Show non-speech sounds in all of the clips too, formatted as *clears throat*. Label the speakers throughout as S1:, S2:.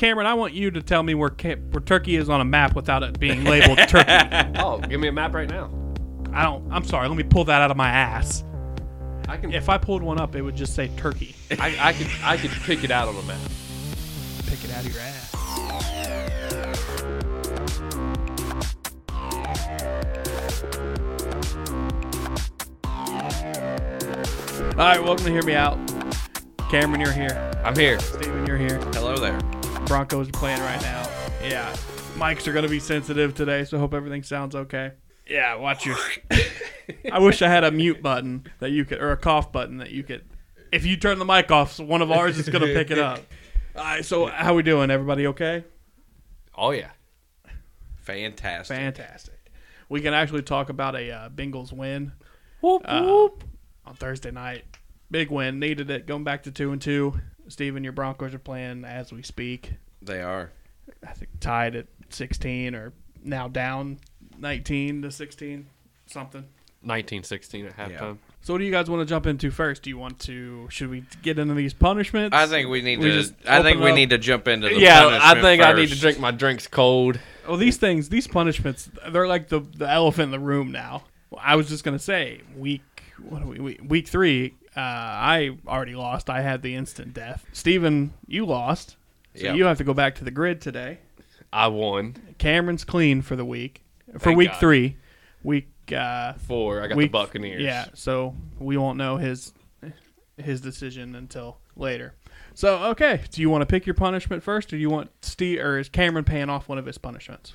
S1: Cameron, I want you to tell me where Ca- where Turkey is on a map without it being labeled *laughs* Turkey. I
S2: Oh, give me a map right now.
S1: don't. I'm sorry. Let me pull that out of my ass.
S2: I can.
S1: If I pulled one up, it would just say Turkey.
S2: I, I could. I could pick it out on a map.
S1: Pick it out of your ass. All right, welcome to Hear Me Out. Cameron, you're here.
S2: I'm here.
S1: Steven, you're here.
S3: Hello there.
S1: Broncos are playing right now. Yeah. Mics are going to be sensitive today, so hope everything sounds okay. Yeah, watch your. I wish I had a mute button that you could, or a cough button that you could. If you turn the mic off, so one of ours is going to pick it up. All right, so how we doing? Everybody okay?
S2: *laughs* Oh yeah.
S3: Fantastic.
S1: Fantastic. We can actually talk about a uh, Bengals win
S2: Whoop
S1: uh, on Thursday night. Big win, needed it. Going back to two and two. Steven, your Broncos are playing as we speak.
S3: they are.
S1: I think tied at 16 or now down 19 to 16 something.
S2: 1916 at halftime.
S1: So what do you guys want to jump into first? Do you want to should we get into these punishments?
S3: I think we need
S1: We
S3: to.
S1: just
S3: I think
S1: open
S3: we
S1: up-
S3: need to jump into the
S2: Yeah, I think I
S3: punishment
S2: need to
S3: first.
S2: drink my drinks cold.
S1: Well, Oh, these things, these punishments, they're like the the elephant in the room now. Well, I was just gonna say week what are we week, week three. Uh, I already lost. I had the instant death. Steven, you lost. So
S3: Yep.
S1: you have to go back to the grid today.
S2: I won
S1: Cameron's clean for the week. For
S2: Thank
S1: week
S2: God.
S1: three. Week uh
S2: four. I got the Buccaneers.
S1: Yeah, so we won't know his his decision until later. So okay, do you want to pick your punishment first, or do you want Steve or is Cameron paying off one of his punishments?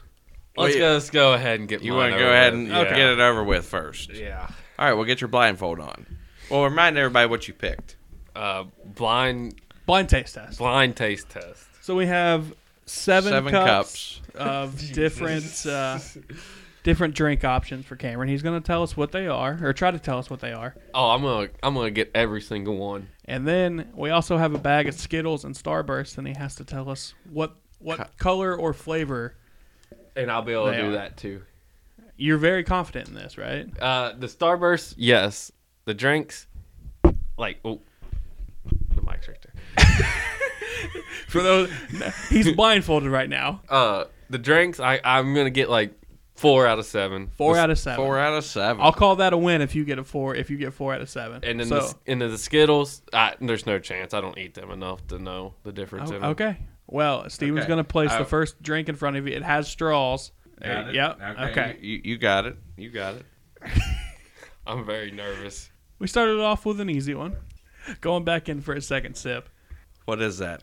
S2: Let's
S3: Wait.
S2: go. Let's go ahead and get.
S3: Oh, You
S2: mine
S3: want to go
S2: over
S3: ahead
S2: with.
S3: and
S2: yeah.
S3: get it over with first.
S2: Yeah.
S3: All right, we'll get your blindfold on. Well, remind everybody what you picked.
S2: Uh, blind
S1: Blind taste test.
S2: blind taste test.
S1: So we have seven,
S3: Seven
S1: cups, of different uh, different drink options for Cameron. He's going to tell us what they are, or try to tell us what they are,
S2: Oh, I'm gonna I'm gonna get every single one.
S1: and then we also have a bag of Skittles and Starburst, and he has to tell us what what color or flavor.
S2: And I'll be able
S1: They
S2: to do
S1: are.
S2: that too.
S1: You're very confident in this, right?
S2: Uh, the Starburst, yes. The drinks, like oh, the mic's right there. *laughs*
S1: For those, he's blindfolded right now.
S2: Uh, the drinks, I I'm gonna get like four out of seven.
S1: Four
S2: The-
S1: out of seven.
S3: Four out of seven.
S1: I'll call that a win if you get a four. If you get four out of seven,
S2: And then
S1: so,
S2: the, s- and then the Skittles, I, there's no chance. I don't eat them enough to know the difference. in
S1: Oh,
S2: them.
S1: okay. Well, Steven's
S3: Okay.
S1: gonna place
S3: Uh,
S1: the first drink in front of you. It has straws. There, yep. Okay.
S3: You, you got it. You
S1: *laughs*
S3: got it.
S2: I'm very nervous.
S1: We started off with an easy one. Going back in for a second sip.
S3: What is that?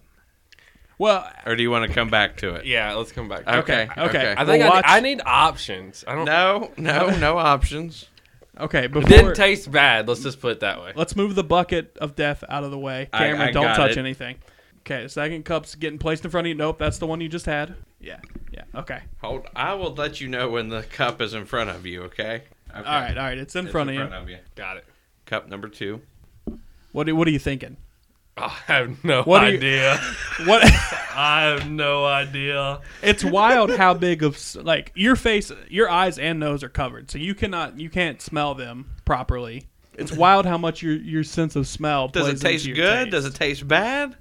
S1: Well,
S3: Or do you want to come back to it?
S2: Yeah, let's come back.
S3: Okay.
S1: Okay, okay.
S2: I think
S1: Well,
S2: I,
S1: watch-
S2: need, I need options. I don't.
S3: No, no, no options.
S1: okay.
S2: It
S1: Before
S2: didn't taste bad. Let's just put it that way.
S1: let's move the bucket of death out of the way.
S3: I-
S1: Cameron,
S3: I
S1: don't
S3: got
S1: touch
S3: it.
S1: anything. Okay. Second cup's getting placed in front of you. Nope, that's the one you just had. Yeah. Yeah. Okay.
S3: Hold. I will let you know when the cup is in front of you. Okay. okay.
S1: All right. All right. It's in front of you.
S2: Got it.
S3: Cup number two.
S1: What are, What are you thinking?
S2: Oh, I have no
S1: What do you-
S2: idea. *laughs*
S1: What? *laughs*
S2: I have no idea.
S1: it's wild how big of s- like your face your eyes and nose are covered so you cannot you can't smell them properly it's wild how much your your sense of smell
S3: Does
S1: plays
S3: it taste
S1: into your
S3: good?
S1: taste.
S3: Does it taste bad?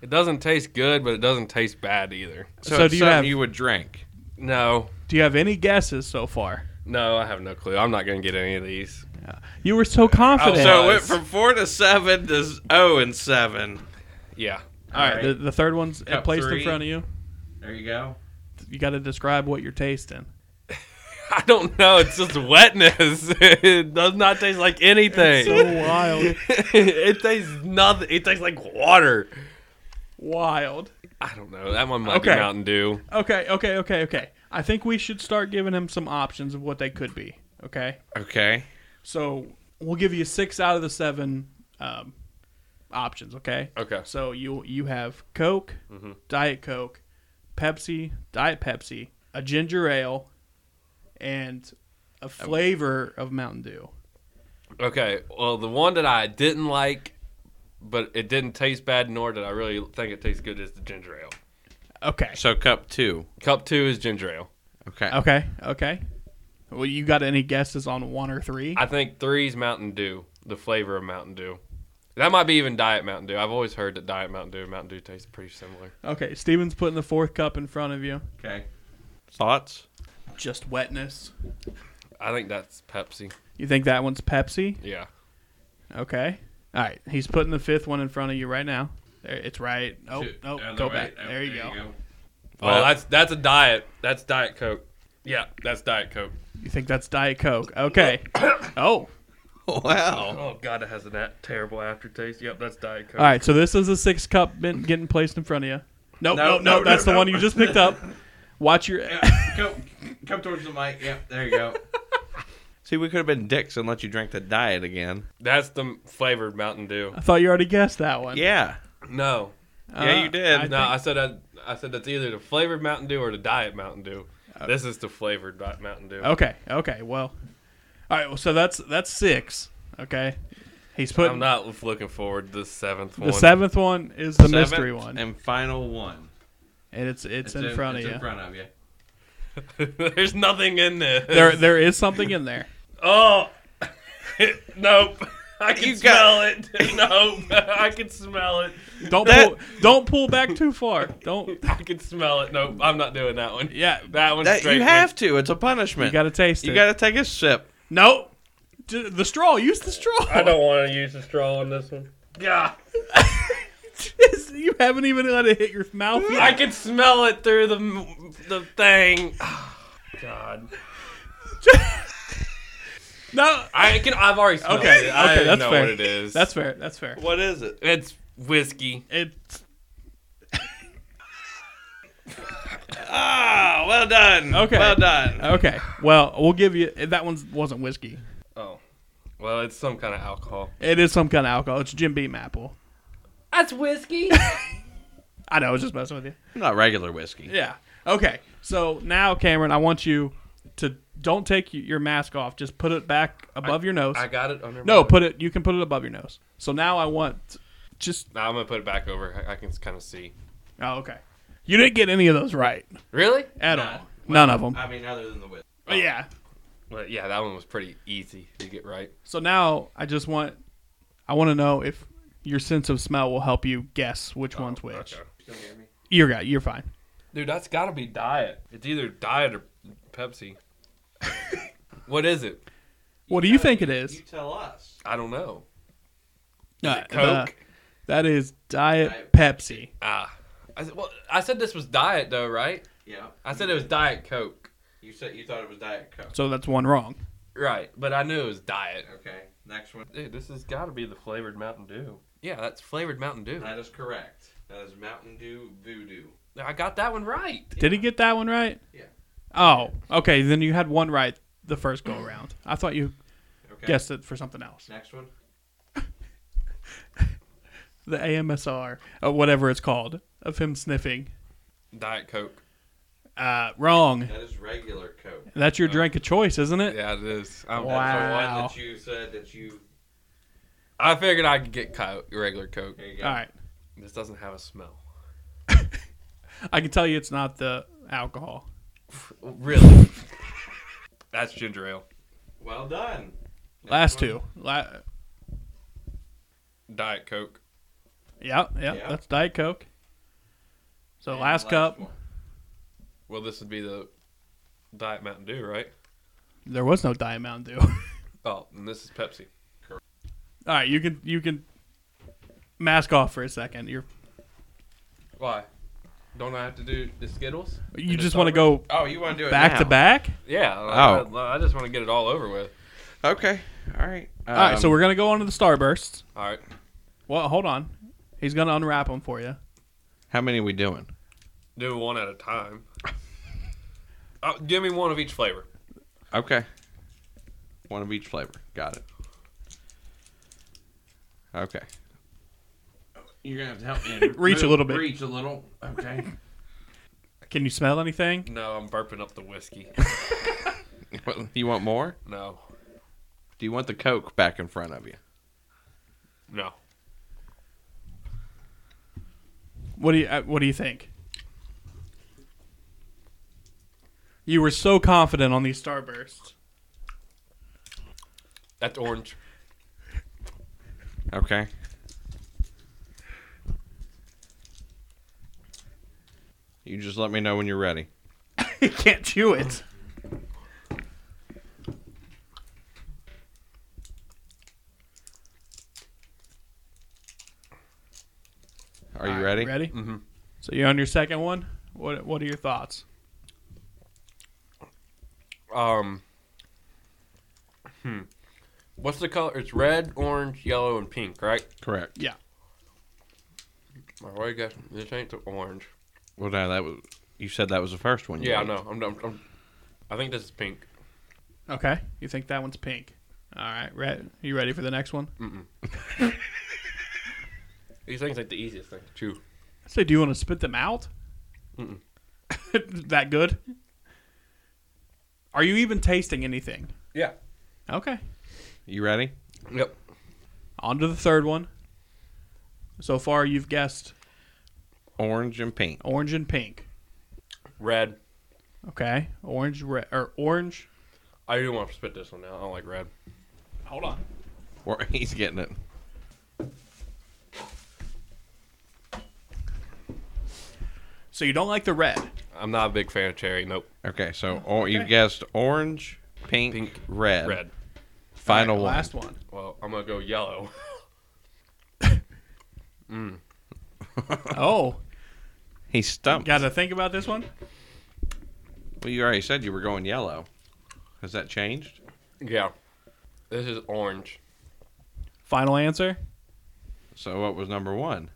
S2: It doesn't taste good, but it doesn't taste bad either.
S3: So,
S1: So
S3: it's
S1: do you
S3: something
S1: have-
S3: you would drink.
S2: No,
S1: do you have any guesses so far
S2: no, I have no clue. I'm not gonna get any of these.
S1: you were so confident
S3: Oh, So it went
S2: was.
S3: from four to seven to z- oh and seven.
S2: Yeah. *laughs*
S1: all right, The, the third one's
S3: Cup
S1: placed in
S3: three.
S1: front of you
S3: There you go.
S1: you got to describe what you're tasting
S2: I don't know. It's just wetness. *laughs* it does not taste like anything. *laughs*
S1: so wild
S2: it tastes nothing. It tastes like water.
S1: wild
S2: I don't know. That one might
S1: Okay.
S2: be Mountain Dew.
S1: okay okay okay okay i think we should start giving him some options of what they could be okay
S3: Okay.
S1: So we'll give you six out of the seven um, options. Okay.
S2: Okay.
S1: So you you have Coke, Diet Coke, Pepsi, Diet Pepsi, a ginger ale, and a flavor of Mountain Dew.
S2: Okay. Well, the one that I didn't like, but it didn't taste bad, nor did I really think it tastes good, is the ginger ale.
S1: Okay.
S3: So cup two.
S2: Cup two is ginger ale.
S3: Okay.
S1: Okay. Okay. Well, you got any guesses on one or three?
S2: I think three's Mountain Dew, the flavor of Mountain Dew. That might be even Diet Mountain Dew. I've always heard that Diet Mountain Dew and Mountain Dew taste pretty similar.
S1: Okay, Steven's putting the fourth cup in front of you.
S3: Okay. Thoughts?
S1: Just wetness.
S2: I think that's Pepsi.
S1: You think that one's Pepsi?
S2: Yeah.
S1: Okay. All right. He's putting the fifth one in front of you right now. There, it's right. Oh,
S3: Two-
S1: no.
S3: down the
S1: go
S3: way.
S1: back.
S3: Oh,
S1: there you go.
S2: Oh, that's that's a diet. That's Diet Coke. Yeah, that's Diet Coke.
S1: You think that's Diet Coke? Okay. *coughs* oh.
S3: *laughs* *laughs* Wow.
S2: Oh God, it has that terrible aftertaste. Yep, that's Diet Coke.
S1: All right. So this is the sixth cup been getting placed in front of you. Nope,
S3: No,
S1: nope, nope.
S3: no,
S1: that's the
S3: no, no.
S1: one you just picked up. *laughs* Watch your.
S3: Yeah, come, come towards the mic. Yep, there you go. *laughs* See, we could have been dicks and let you drink the diet again.
S2: That's the flavored Mountain Dew.
S1: *laughs* I thought you already guessed that one. Uh,
S3: Yeah.
S2: No,
S3: yeah, you did.
S1: I
S2: no,
S1: think-
S2: I said I, I said that's either the flavored Mountain Dew or the Diet Mountain Dew. this is the flavored Diet Mountain Dew.
S1: Uh, Okay. Okay. Well. All right. Well, so that's that's six. Okay. He's
S2: I'm
S1: putting
S2: not looking forward to the seventh
S1: the
S2: one.
S1: seventh one is the
S3: Seventh
S1: mystery one, and
S3: And final one.
S1: it's it's, in front
S3: it's
S1: of
S3: in
S1: you.
S3: front of you.
S2: *laughs* There's nothing in this.
S1: There there is something in
S3: *laughs*
S1: there.
S2: *laughs* Oh, *laughs* nope. I can
S3: You
S2: smell
S3: got-
S2: it. *laughs* Nope. I can smell it.
S1: Don't
S3: That-
S1: pull don't pull back too far. Don't. *laughs*
S2: I can smell it. Nope. I'm not doing that one. *laughs*
S1: Yeah.
S2: That one's
S3: That,
S2: straight.
S3: you have to. It's a punishment.
S1: You gotta taste it.
S3: You gotta take a sip.
S1: Nope. J- The straw. Use the straw.
S2: want to use the straw on this one. Yeah.
S1: you haven't even let it hit your mouth yet.
S2: I can smell it through the the thing. *sighs* God.
S1: *laughs* no.
S2: I can. I've already smelled
S1: Okay,
S2: it. I
S1: okay, that's
S2: know
S1: fair.
S2: what it is.
S1: That's fair. That's fair.
S3: What is it?
S2: it's whiskey.
S1: It's
S3: Ah, well done.
S1: Okay.
S3: Well done.
S1: okay. Well, we'll give you that one. Wasn't whiskey.
S2: Oh. Well, it's some kind of alcohol.
S1: It is some kind of alcohol. It's Jim Beam apple.
S2: That's whiskey.
S1: I know. I was just messing with you.
S3: Not regular whiskey.
S1: Yeah. Okay. So now, Cameron, I want you to don't take y- your mask off. Just put it back above your nose.
S2: I got it under. my-
S1: no, put it. You can put it above your nose. So now I want just.
S2: Nah, I'm gonna put it back over. I, I can kind of see.
S1: Oh, okay. You didn't get any of those right
S2: Really?
S1: at
S3: Nah.
S1: all. None of them.
S3: I mean, other than the whiskey.
S1: But yeah.
S2: Well, yeah, that one was pretty easy to get right.
S1: So now I just want. I want to know if your sense of smell will help you guess which
S2: Oh,
S1: one's which. You're got. You're fine.
S2: Dude, that's gotta be diet. It's either diet or Pepsi. what is it?
S1: What do you think it is?
S3: tell us.
S2: I don't know.
S1: Uh,
S2: Coke.
S1: that is Diet
S3: Diet
S1: Pepsi.
S2: Ah, I said, well, I said this was diet though, right?
S3: Yeah.
S2: I said it was diet Coke,
S3: You said you thought it was Diet Coke.
S1: So that's one wrong.
S2: right? But I knew it was diet.
S3: Okay. Next one.
S2: Dude, this has got to be the flavored Mountain Dew. Yeah, that's flavored Mountain Dew.
S3: That is correct. That is Mountain Dew Voodoo.
S2: I got that one right.
S1: Did he get that one right?
S3: Yeah.
S1: Oh, okay. Then you had one right the first go around. I thought you
S3: Okay.
S1: guessed it for something else.
S3: Next one.
S1: The AMSR, or uh, whatever it's called, of him sniffing.
S2: Diet Coke.
S1: Uh, wrong.
S3: That is regular Coke.
S1: That's your drink of choice, isn't it?
S2: Yeah, it is. I,
S1: Wow.
S3: That's the one that you said that you.
S2: I figured I could get Coke, regular Coke.
S3: Here you go.
S1: All right.
S2: This doesn't have a smell.
S1: I can tell you it's not the alcohol.
S2: Really? *laughs* that's ginger ale.
S3: Well done. Next
S1: Last
S3: one.
S1: two. La-
S2: Diet Coke.
S1: yeah, yeah,
S3: Yeah.
S1: That's Diet Coke. So
S3: And
S1: last, cup.
S3: one.
S2: Well, this would be the Diet Mountain Dew, right?
S1: There was no Diet Mountain Dew. *laughs* All
S2: Oh, and this is Pepsi.
S1: right, you can you can mask off for a second. You're
S2: Why? Don't I have to do the Skittles?
S1: you
S2: And
S1: just
S2: the
S1: want to go
S2: Starburst?
S3: Oh, you want to do it
S1: back to
S3: now?
S1: back?
S2: Yeah.
S3: Oh.
S2: I, I just want to get it all over with.
S3: Okay. All right. Um,
S1: All right, so we're gonna go on to the starbursts.
S2: All right.
S1: Well, hold on. He's gonna unwrap them for you.
S3: How many are we doing?
S2: Do one at a time. Oh, give me one of each flavor.
S3: Okay. One of each flavor. Got it. Okay. You're gonna have to help
S1: *laughs*
S3: me.
S1: Reach a little bit.
S3: Reach a little. Okay.
S1: Can you smell anything?
S2: No, I'm burping up the whiskey.
S3: *laughs* Well, you want more?
S2: No.
S3: Do you want the Coke back in front of you?
S2: No.
S1: What do you uh, What do you think? You were so confident on these starbursts.
S2: That's orange.
S3: Okay. You just let me know when you're ready.
S1: *laughs* you can't chew it.
S3: Are you ready?
S1: Ready?
S2: Mhm.
S1: So you're on your second one. What What are your thoughts?
S2: Um, hmm. What's the color? It's red, orange, yellow, and pink, right?
S3: Correct.
S2: Oh, I guess this ain't the orange.
S3: Well, no, that was. You said that was the first one. you
S2: Yeah, I
S3: ate.
S2: know. I'm, I'm, I'm, I think this is pink.
S1: Okay, you think that one's pink? All right, red. You ready for the next one?
S2: Mm-mm. These things ain't the easiest thing to chew.
S1: I say, do you want to spit them out?
S2: Mm-mm.
S1: *laughs* that good? Are you even tasting anything?
S2: Yeah.
S1: Okay.
S3: You ready?
S2: Yep.
S1: On to the third one. So far, you've guessed
S3: Orange and pink.
S1: orange and pink.
S2: Red.
S1: Okay, orange, red, or orange.
S2: I do want to spit this one out. I don't like red.
S1: Hold on.
S3: Or *laughs* he's getting it.
S1: So you don't like the red?
S2: I'm not a big fan of cherry. Nope.
S3: Okay, so
S1: Oh,
S3: or, you guessed orange, pink,
S2: Pink,
S3: red.
S2: Red.
S1: All
S3: Final
S1: right,
S3: one.
S1: Last one.
S2: Well, I'm gonna go yellow. *laughs*
S1: Oh,
S3: He stumped.
S1: got to think about this one.
S3: Well, you already said you were going yellow. Has that changed?
S2: yeah. This is orange.
S1: Final answer.
S3: So what was number one?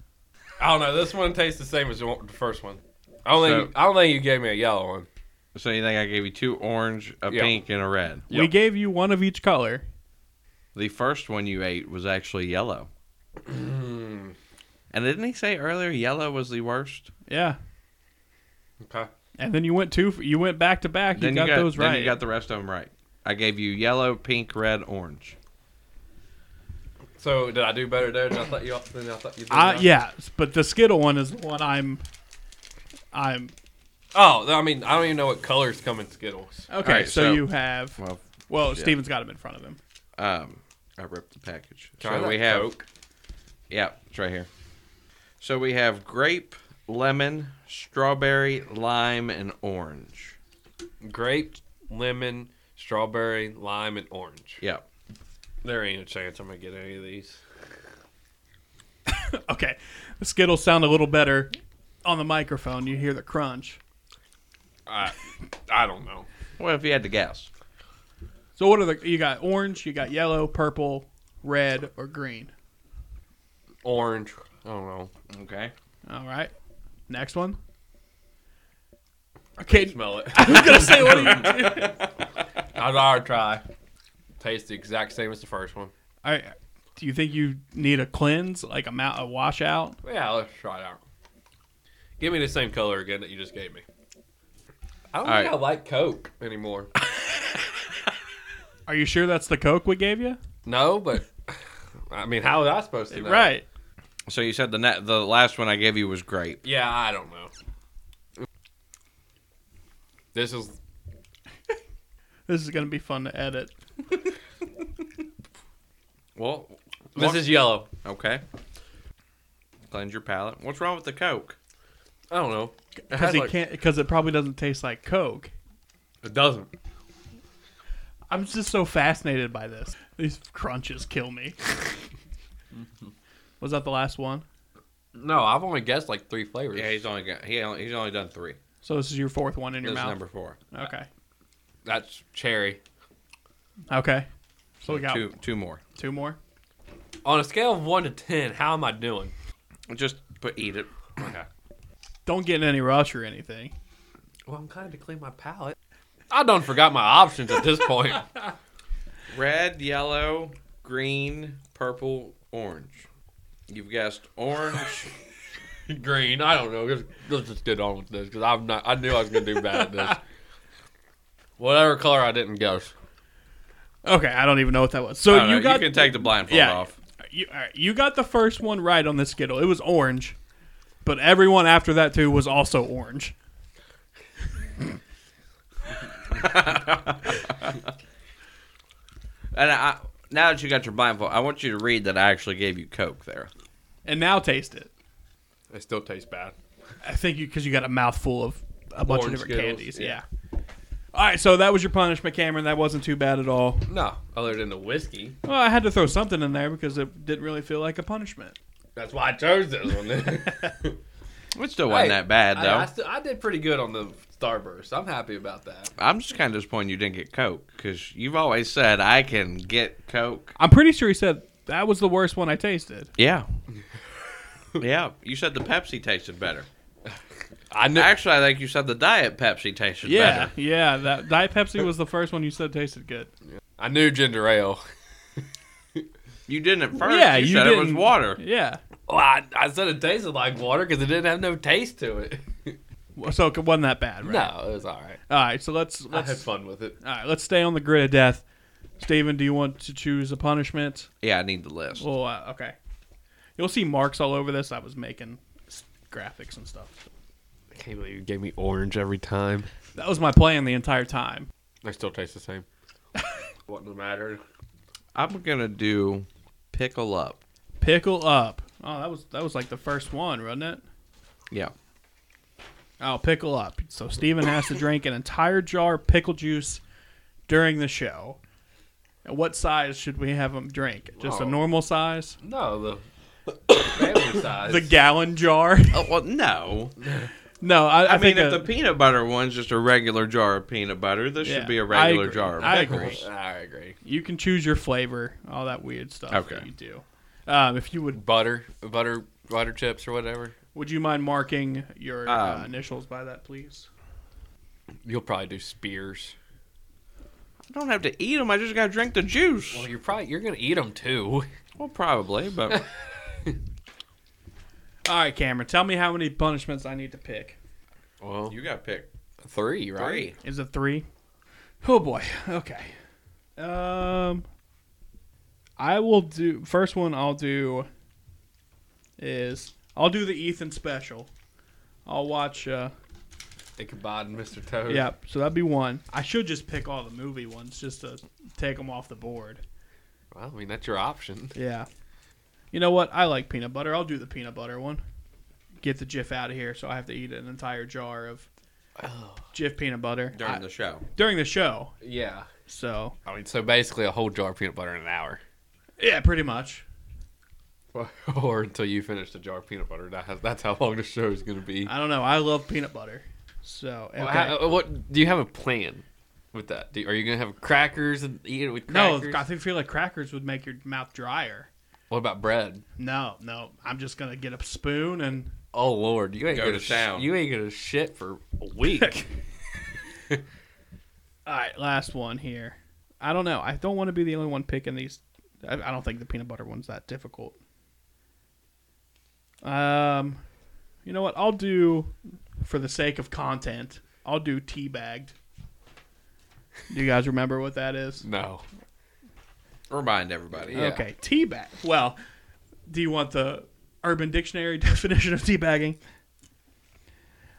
S2: I don't know. This one tastes the same as the one- the first one. I don't think.
S3: So-
S2: I don't think you gave me a yellow one.
S3: So you think I gave you two orange, a
S2: Yeah.
S3: pink, and a red?
S1: We
S2: Yep.
S1: gave you one of each color.
S3: The first one you ate was actually yellow.
S2: Mm,
S3: And didn't he say earlier yellow was the worst?
S1: Yeah,
S2: okay.
S1: and then you went two. You went back to back. You
S3: then
S1: got,
S3: you got
S1: those
S3: then
S1: right.
S3: you got the rest of them right. I gave you yellow, pink, red, orange.
S2: So did I do better there than I thought you? Than I thought you did.
S1: I-
S2: now?
S1: yeah, but the Skittle one is the one I'm. I'm
S2: Oh, I mean, I don't even know what colors come in Skittles.
S1: okay.
S3: right,
S1: so,
S3: so-
S1: you have well,
S3: Well,
S1: Steven's got him in front of him.
S3: um, I ripped the package.
S2: Can I
S3: so
S2: have
S3: we have
S2: Coke?
S3: Yeah, it's right here. So we have grape, lemon, strawberry, lime, and orange.
S2: grape, lemon, strawberry, lime, and orange.
S3: Yeah.
S2: There ain't a chance I'm gonna get any of these.
S1: Okay, the Skittles sound a little better on the microphone. You hear the crunch.
S2: I, I don't know.
S3: Well, if you had to guess,
S1: So what are the? You got orange. You got yellow, purple, red, or green.
S2: Orange. I don't know.
S3: okay.
S1: All right. Next one.
S2: I
S1: Okay,
S2: smell
S3: *laughs*
S2: it.
S1: I was gonna *laughs* say what? Are you, *laughs*
S2: I'd rather try. Tastes the exact same as the first one.
S1: I, do you think you need a cleanse, like a, mou- a washout?
S2: But yeah, let's try it out. Give me the same color again that you just gave me. I don't
S3: All
S2: think
S3: right.
S2: I like Coke anymore.
S1: Are you sure that's the Coke we gave you?
S2: no, but I mean, how was I supposed to know?
S1: Right.
S3: So you said the net, the last one I gave you was grape.
S2: Yeah, I don't know. This is
S1: This is gonna be fun to edit.
S3: Well,
S2: this
S3: what-
S2: is yellow.
S3: okay. Cleanse your palate. What's wrong with the Coke?
S2: I don't know. It
S1: Because
S2: has,
S1: he
S2: like-
S1: can't. Because it probably doesn't taste like Coke.
S2: It doesn't.
S1: I'm just so fascinated by this. These crunches kill
S3: *laughs*
S1: me. Was that the last one?
S2: No, I've only guessed like three flavors.
S3: Yeah, he's only got he only, he's only done three.
S1: So this is your fourth one in your
S3: This is
S1: mouth.
S3: number four.
S1: Okay.
S2: That's cherry.
S1: Okay. So we got
S3: two
S1: two,
S3: two more.
S1: more.
S2: On a scale of one to ten, how am I doing?
S3: Just put eat it.
S2: Okay.
S1: Don't get in any rush or anything.
S2: Well, I'm kind of to clean my palate. I done forgot my options at this point. *laughs*
S3: Red, yellow, green, purple, orange. You've guessed
S2: *laughs*
S3: orange.
S2: Green. I don't know. Just- Let's just get on with this because I'm not. I knew I was gonna do bad at this. *laughs* Whatever color I didn't guess.
S1: Okay, I don't even know what that was. So
S3: I don't
S1: you
S3: know,
S1: got
S3: you can take the blindfold
S1: yeah.
S3: off.
S1: You, all right, you got the first one right on the Skittle. It was orange, but everyone after that too was also orange.
S3: And I, now that you got your blindfold, I want you to read that I actually gave you Coke there.
S1: And now taste it.
S2: It still tastes bad.
S1: I think you because you got a mouthful of a bunch of
S2: Orange
S1: different
S2: Skittles,
S1: candies. Yeah.
S2: yeah.
S1: All right, so that was your punishment, Cameron. That wasn't too bad at all.
S2: No, other than the whiskey.
S1: Well, I had to throw something in there because it didn't really feel like a punishment.
S2: That's why I chose this one. Then.
S3: It still *laughs* wasn't
S2: Hey,
S3: that bad,
S2: I, I,
S3: though.
S2: st- I did pretty good on the Starburst. I'm happy about that.
S3: I, am just kind of disappointed you didn't get Coke because you've always said I can get Coke.
S1: I'm pretty sure he said that was the worst one I tasted.
S2: *laughs*
S3: Yeah. yeah. You said the Pepsi tasted better.
S2: I knew.
S3: Actually, I think you said the Diet Pepsi tasted
S1: Yeah,
S3: better.
S1: yeah. That Diet Pepsi was the first one you said tasted good.
S2: I knew ginger ale.
S3: You didn't at first.
S1: yeah,
S3: you, said it was
S1: didn't-
S3: water.
S1: Yeah.
S2: Well, I, I said it tasted like water because it didn't have no taste to *laughs* it.
S1: Well, So it wasn't that bad, right?
S2: No, it was all right.
S1: All right, so let's
S2: I had
S1: let's
S2: fun with it.
S1: all right. Let's stay on the grid of death. Steven, do you want to choose a punishment?
S3: Yeah, I need the list.
S1: Well, uh, okay. You'll see marks all over this. I was making s- graphics and stuff.
S2: I can't believe you gave me orange every time.
S1: That was my plan the entire time.
S2: They still taste the *laughs* same. what no matter.
S3: I'm gonna do pickle up.
S1: Pickle up. Oh, that was that was like the first one, wasn't it?
S3: Yeah.
S1: Oh, pickle up. So Steven has to drink an entire jar of pickle juice during the show. And what size should we have him drink? Just a
S2: Oh.
S1: normal size?
S2: No, *coughs* the family size.
S1: The gallon
S3: *laughs*
S1: jar? *laughs*
S3: Oh well, no.
S1: no, I, I,
S3: I, mean,
S1: think
S3: if
S1: a-
S3: the peanut butter one's just a regular jar of peanut butter, this
S1: Yeah,
S3: should be a
S1: I
S3: regular
S1: agree.
S3: jar of
S1: I
S3: pickles.
S1: agree.
S2: I agree.
S1: you can choose your flavor, all that weird stuff that
S3: Okay.
S1: you do. Um, if you would,
S2: Butter, butter, butter chips or whatever.
S1: would you mind marking your uh,
S3: Um,
S1: initials by that, please?
S2: You'll probably do spears.
S3: I don't have to eat them. I just gotta drink the juice.
S2: Well, you're probably you're gonna eat them too.
S3: Well,
S1: *laughs*
S3: probably, but
S1: All right, Cameron, tell me how many punishments I need to pick.
S2: Well,
S3: you gotta pick
S2: three, right?
S3: three.
S1: Is it three? Oh boy. Okay. Um, I will do first one. I'll do is I'll do the Ethan special. I'll watch. Uh,
S2: Ichabod and Mr. Toad.
S1: yeah, so that'd be one. I should just pick all the movie ones just to take them off the board.
S2: Well, I mean that's your option.
S1: Yeah. You know what? I like peanut butter. I'll do the peanut butter one. Get the Jif out of here, so I have to eat an entire jar of Jif peanut butter
S3: during
S1: I-
S3: the show.
S1: during the show.
S2: Yeah.
S1: So
S2: I mean, so basically a whole jar of peanut butter in an hour,
S1: yeah, pretty much.
S2: *laughs* or until you finish the jar of peanut butter. That has, that's how long the show is gonna be.
S1: I don't know. I love peanut butter. So okay.
S2: Uh, Well, how- oh, what do you have a plan with that? Do, are you gonna have crackers and eat it with
S1: no,
S2: crackers?
S1: I think- feel like crackers would make your mouth drier.
S2: What about bread?
S1: No, no. I'm just gonna get a spoon and
S2: Oh Lord, you ain't
S3: Go
S2: gonna
S3: to
S2: sh-
S3: town.
S2: you ain't gonna shit for
S1: *laughs*
S2: a week.
S1: all right. Last one here. I don't know. I don't want to be the only one picking these. I, I don't think the peanut butter one's that difficult. Um, you know what? I'll do for the sake of content. I'll do tea bagged. Do you guys remember what that is?
S2: no. *laughs*
S3: Remind everybody.
S2: Yeah.
S1: Okay, teabag. Well, do you want the Urban Dictionary *laughs* definition of teabagging?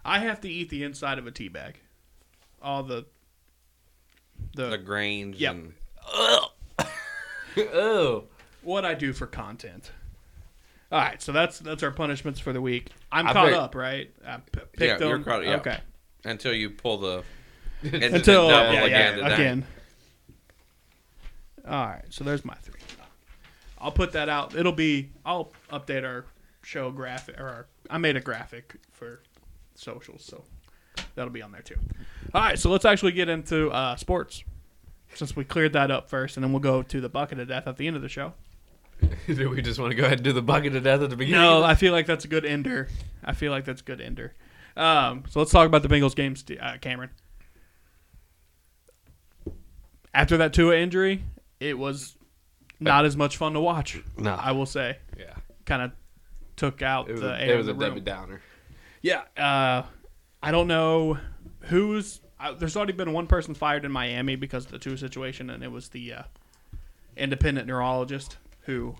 S1: I have to eat the inside of a teabag. All the the,
S3: The grains.
S1: Yep.
S3: And
S2: oh.
S1: what I do for content. All right, so that's that's our punishments for the week. I'm
S2: I
S1: caught
S2: pick-
S1: up, right? I p- picked
S3: Yeah, you're
S1: them.
S3: caught- yeah.
S1: Okay.
S3: until you pull *laughs* the and then
S1: Until
S3: double
S1: yeah,
S3: again.
S1: yeah,
S3: the dime.
S1: again. All right, so there's my three. I'll put that out. It'll be I'll update our show graphic or our, I made a graphic for socials, so that'll be on there too. All right, so let's actually get into uh, sports since we cleared that up first, and then we'll go to the bucket of death at the end of the show.
S2: *laughs* Do we just want to go ahead and do the bucket of death at the beginning?
S1: No, I feel like that's a good ender. I feel like that's a good ender. Um, so let's talk about the Bengals game, St- uh, Cameron. After that Tua injury, it was
S2: Uh,
S1: not as much fun to watch.
S2: No.
S1: I will say,
S2: yeah.
S1: kind of took out
S2: It was,
S1: the
S2: a-
S1: air.
S2: it was a
S1: in the room.
S2: Debbie Downer.
S1: Yeah, uh, I don't know who's. I, there's already been one person fired in Miami because of the two situation, and it was the uh, independent neurologist who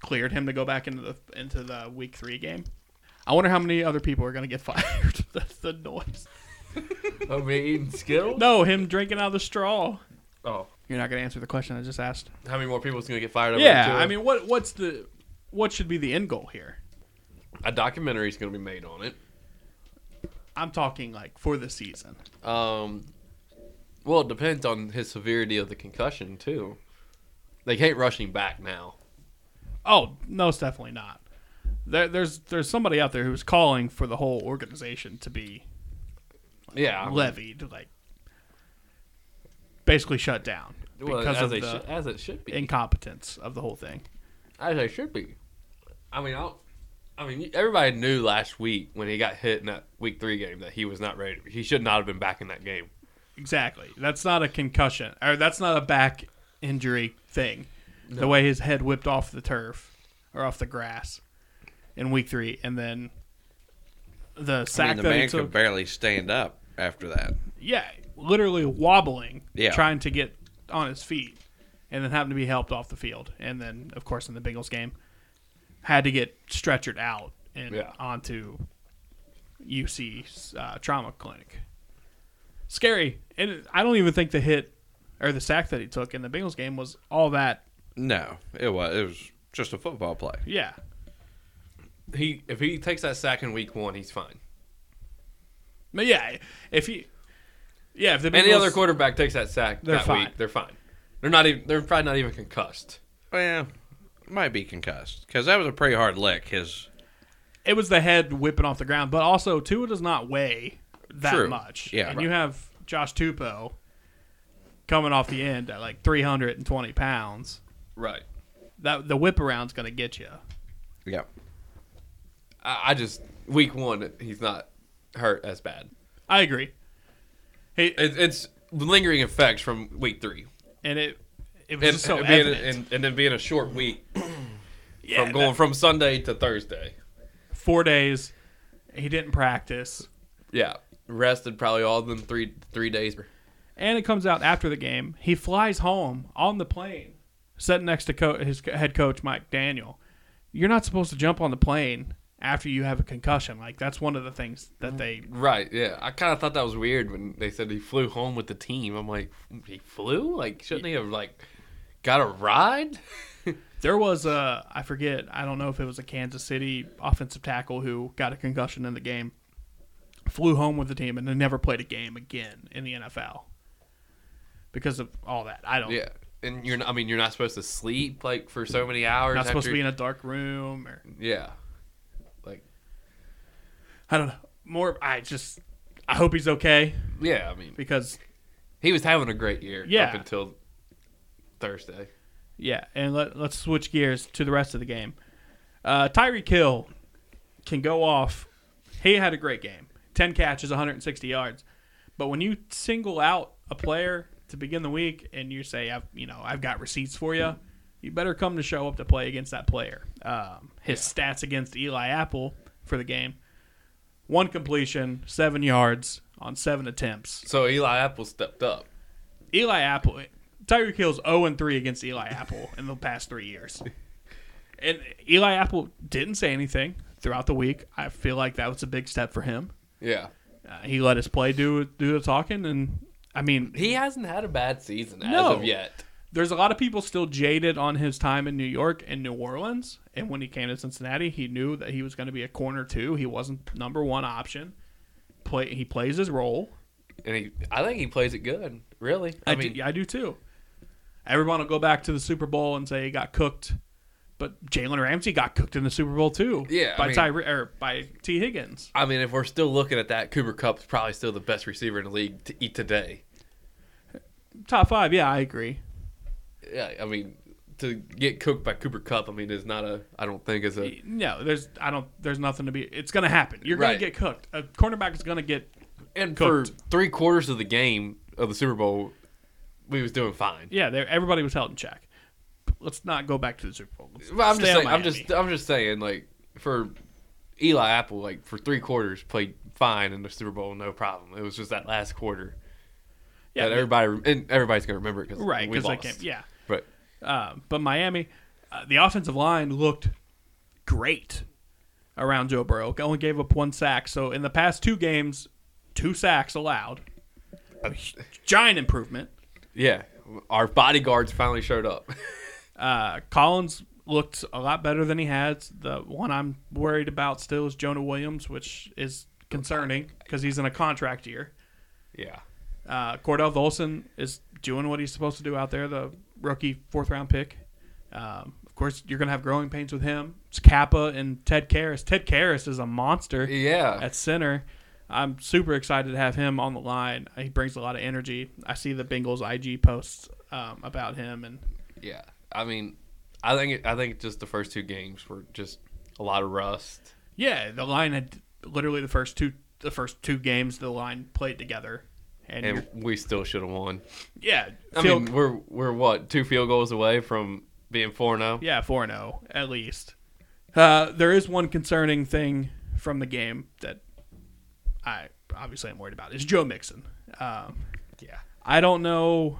S1: cleared him to go back into the into the week three game. I wonder how many other people are going to get *laughs* fired. That's the noise.
S2: Oh, me eating Skittles?
S1: No, him drinking out of the straw.
S2: *laughs* Oh.
S1: You're not going to answer the question I just asked.
S2: How many more people is going to get fired over
S1: Yeah,
S2: Tua?
S1: I mean, what what's the what should be the end goal here?
S2: A documentary is going to be made on it.
S1: I'm talking like for the season.
S2: Um, well, it depends on his severity of the concussion too. They can't rush him back now.
S1: Oh no, it's definitely not. There, there's there's somebody out there who's calling for the whole organization to be
S2: Yeah, I mean,
S1: levied, like basically shut down
S2: well,
S1: because
S2: as
S1: of
S2: they
S1: the
S2: should- as it should be.
S1: incompetence of the whole thing.
S2: as they should be. I mean, I'll, I mean, everybody knew last week when he got hit in that week three game that he was not ready. He should not have been back in that game.
S1: Exactly. That's not a concussion, or that's not a back injury thing. The way his head whipped off the turf or off the grass in week three, and then the
S3: I
S1: sack
S3: mean, the
S1: that
S3: man
S1: he took.
S3: could barely stand up after that.
S1: yeah, literally wobbling,
S3: Yeah.
S1: trying to get on his feet, and then happened to be helped off the field, and then of course in the Bengals game, had to get stretchered out and
S2: Yeah.
S1: onto UC uh, trauma clinic. Scary, and I don't even think the hit or the sack that he took in the Bengals game was all that.
S3: No, it was it was just a football play.
S1: Yeah,
S2: He if he takes that sack in week one, he's fine.
S1: but yeah, if he, yeah, if the Bengals,
S2: Any other quarterback takes that sack
S1: They're
S2: that
S1: fine.
S2: week, they're fine. They're not even. They're probably not even concussed.
S3: Well, might be concussed because that was a pretty hard lick. His
S1: it was the head whipping off the ground, but also Tua does not weigh that
S3: True.
S1: much.
S3: Yeah.
S1: and you have Josh Tupo coming off the end at like 320 pounds.
S2: Right.
S1: That the whip around's gonna get you.
S3: yeah,
S2: I, I just week one, he's not hurt as bad.
S1: I agree,
S2: It, it's lingering effects from week three,
S1: and it it was
S2: and,
S1: just so
S2: and being,
S1: evident.
S2: and, and then being a short week
S1: yeah,
S2: from going from Sunday to Thursday.
S1: that- four days. He didn't practice,
S2: Yeah, rested probably all them three three days.
S1: and it comes out after the game. He flies home on the plane, sitting next to co- his co- head coach Mike Daniel. You're not supposed to jump on the plane after you have a concussion. Like that's one of the things that they
S2: Right. Yeah, I kind of thought that was weird when they said he flew home with the team. I'm like, he flew? Like, shouldn't he have like got a ride?
S1: There was a I forget I don't know if it was a Kansas City offensive tackle who got a concussion in the game, flew home with the team, and then never played a game again in the NFL because of all that. I don't.
S2: Yeah. And you're, not, I mean, you're not supposed to sleep like for so many hours.
S1: Not supposed
S2: after-
S1: to be in a dark room or
S2: Yeah. Like,
S1: I don't know. More I just I hope he's okay
S2: yeah. I mean,
S1: because
S2: he was having a great year
S1: Yeah.
S2: up until Thursday.
S1: yeah. And let, let's switch gears to the rest of the game. Uh, Tyree Kill can go off. He had a great game. 10 catches, 160 yards. But when you single out a player to begin the week and you say, I've, you know, I've got receipts for you, you better come to show up to play against that player. Um, his stats against Eli Apple for the game one completion, seven yards on seven attempts.
S2: So Eli Apple stepped up.
S1: Eli Apple, Tyreek Hill's 0 and 3 against Eli Apple in the past three years. And Eli Apple didn't say anything throughout the week. I feel like that was a big step for him.
S2: Yeah.
S1: Uh, he let his play do do the talking, and I mean,
S2: He hasn't had a bad season
S1: No.
S2: as of yet.
S1: there's a lot of people still jaded on his time in New York and New Orleans. And when he came to Cincinnati, he knew that he was going to be a corner two. He wasn't number one option. Play he plays his role.
S2: And he, I think he plays it good. Really.
S1: I, do, I do too. Everyone will go back to the Super Bowl and say he got cooked, but Jalen Ramsey got cooked in the Super Bowl too.
S2: Yeah, I
S1: by
S2: mean-
S1: Tyre or by T Higgins.
S2: I mean, if we're still looking at that, Cooper Cup's probably still the best receiver in the league to eat today.
S1: Top five, yeah, I agree.
S2: Yeah, I mean, to get cooked by Cooper Cup, I mean, is not a. I don't think is a.
S1: No, there's I don't there's nothing to be. It's gonna happen. You're gonna
S2: Right.
S1: get cooked. A cornerback is gonna get
S2: And for
S1: Cooked.
S2: three quarters of the game of the Super Bowl, we was doing fine.
S1: yeah. There everybody was held in check. Let's not go back to the Super Bowl. Let's
S2: But I'm
S1: stay
S2: just
S1: on
S2: saying. I'm
S1: Miami.
S2: just. I'm just saying. Like for Eli Apple, like for three quarters, played fine in the Super Bowl, no problem. It was just that last quarter
S1: yeah,
S2: that everybody and everybody's gonna remember it because
S1: right
S2: we
S1: because I
S2: lost.
S1: can't yeah.
S2: But
S1: Uh, but Miami, uh, the offensive line looked great around Joe Burrow. Only gave up one sack. So in the past two games, two sacks allowed. Giant improvement.
S2: yeah, our bodyguards finally showed up.
S1: Uh, Collins looked a lot better than he has. The one I'm worried about still is Jonah Williams, which is concerning because he's in a contract year.
S2: *laughs* Yeah.
S1: Uh, Cordell Volson is doing what he's supposed to do out there, the rookie fourth round pick. Um, of course, you're going to have growing pains with him. It's Kappa and Ted Karras. Ted Karras is a monster
S2: Yeah.
S1: at center. I'm super excited to have him on the line. He brings a lot of energy. I see the Bengals IG posts um, about him, and
S2: Yeah. I mean, I think it, I think just the first two games were just a lot of rust.
S1: yeah, the line had literally the first two the first two games the line played together, and,
S2: And
S1: you're-
S2: we still should have won.
S1: yeah,
S2: I
S1: field,
S2: mean, we're we're what two field goals away from being four oh? zero.
S1: yeah, four zero at least. Uh, there is one concerning thing from the game that I obviously am worried about is Joe Mixon. Um,
S2: Yeah.
S1: I don't know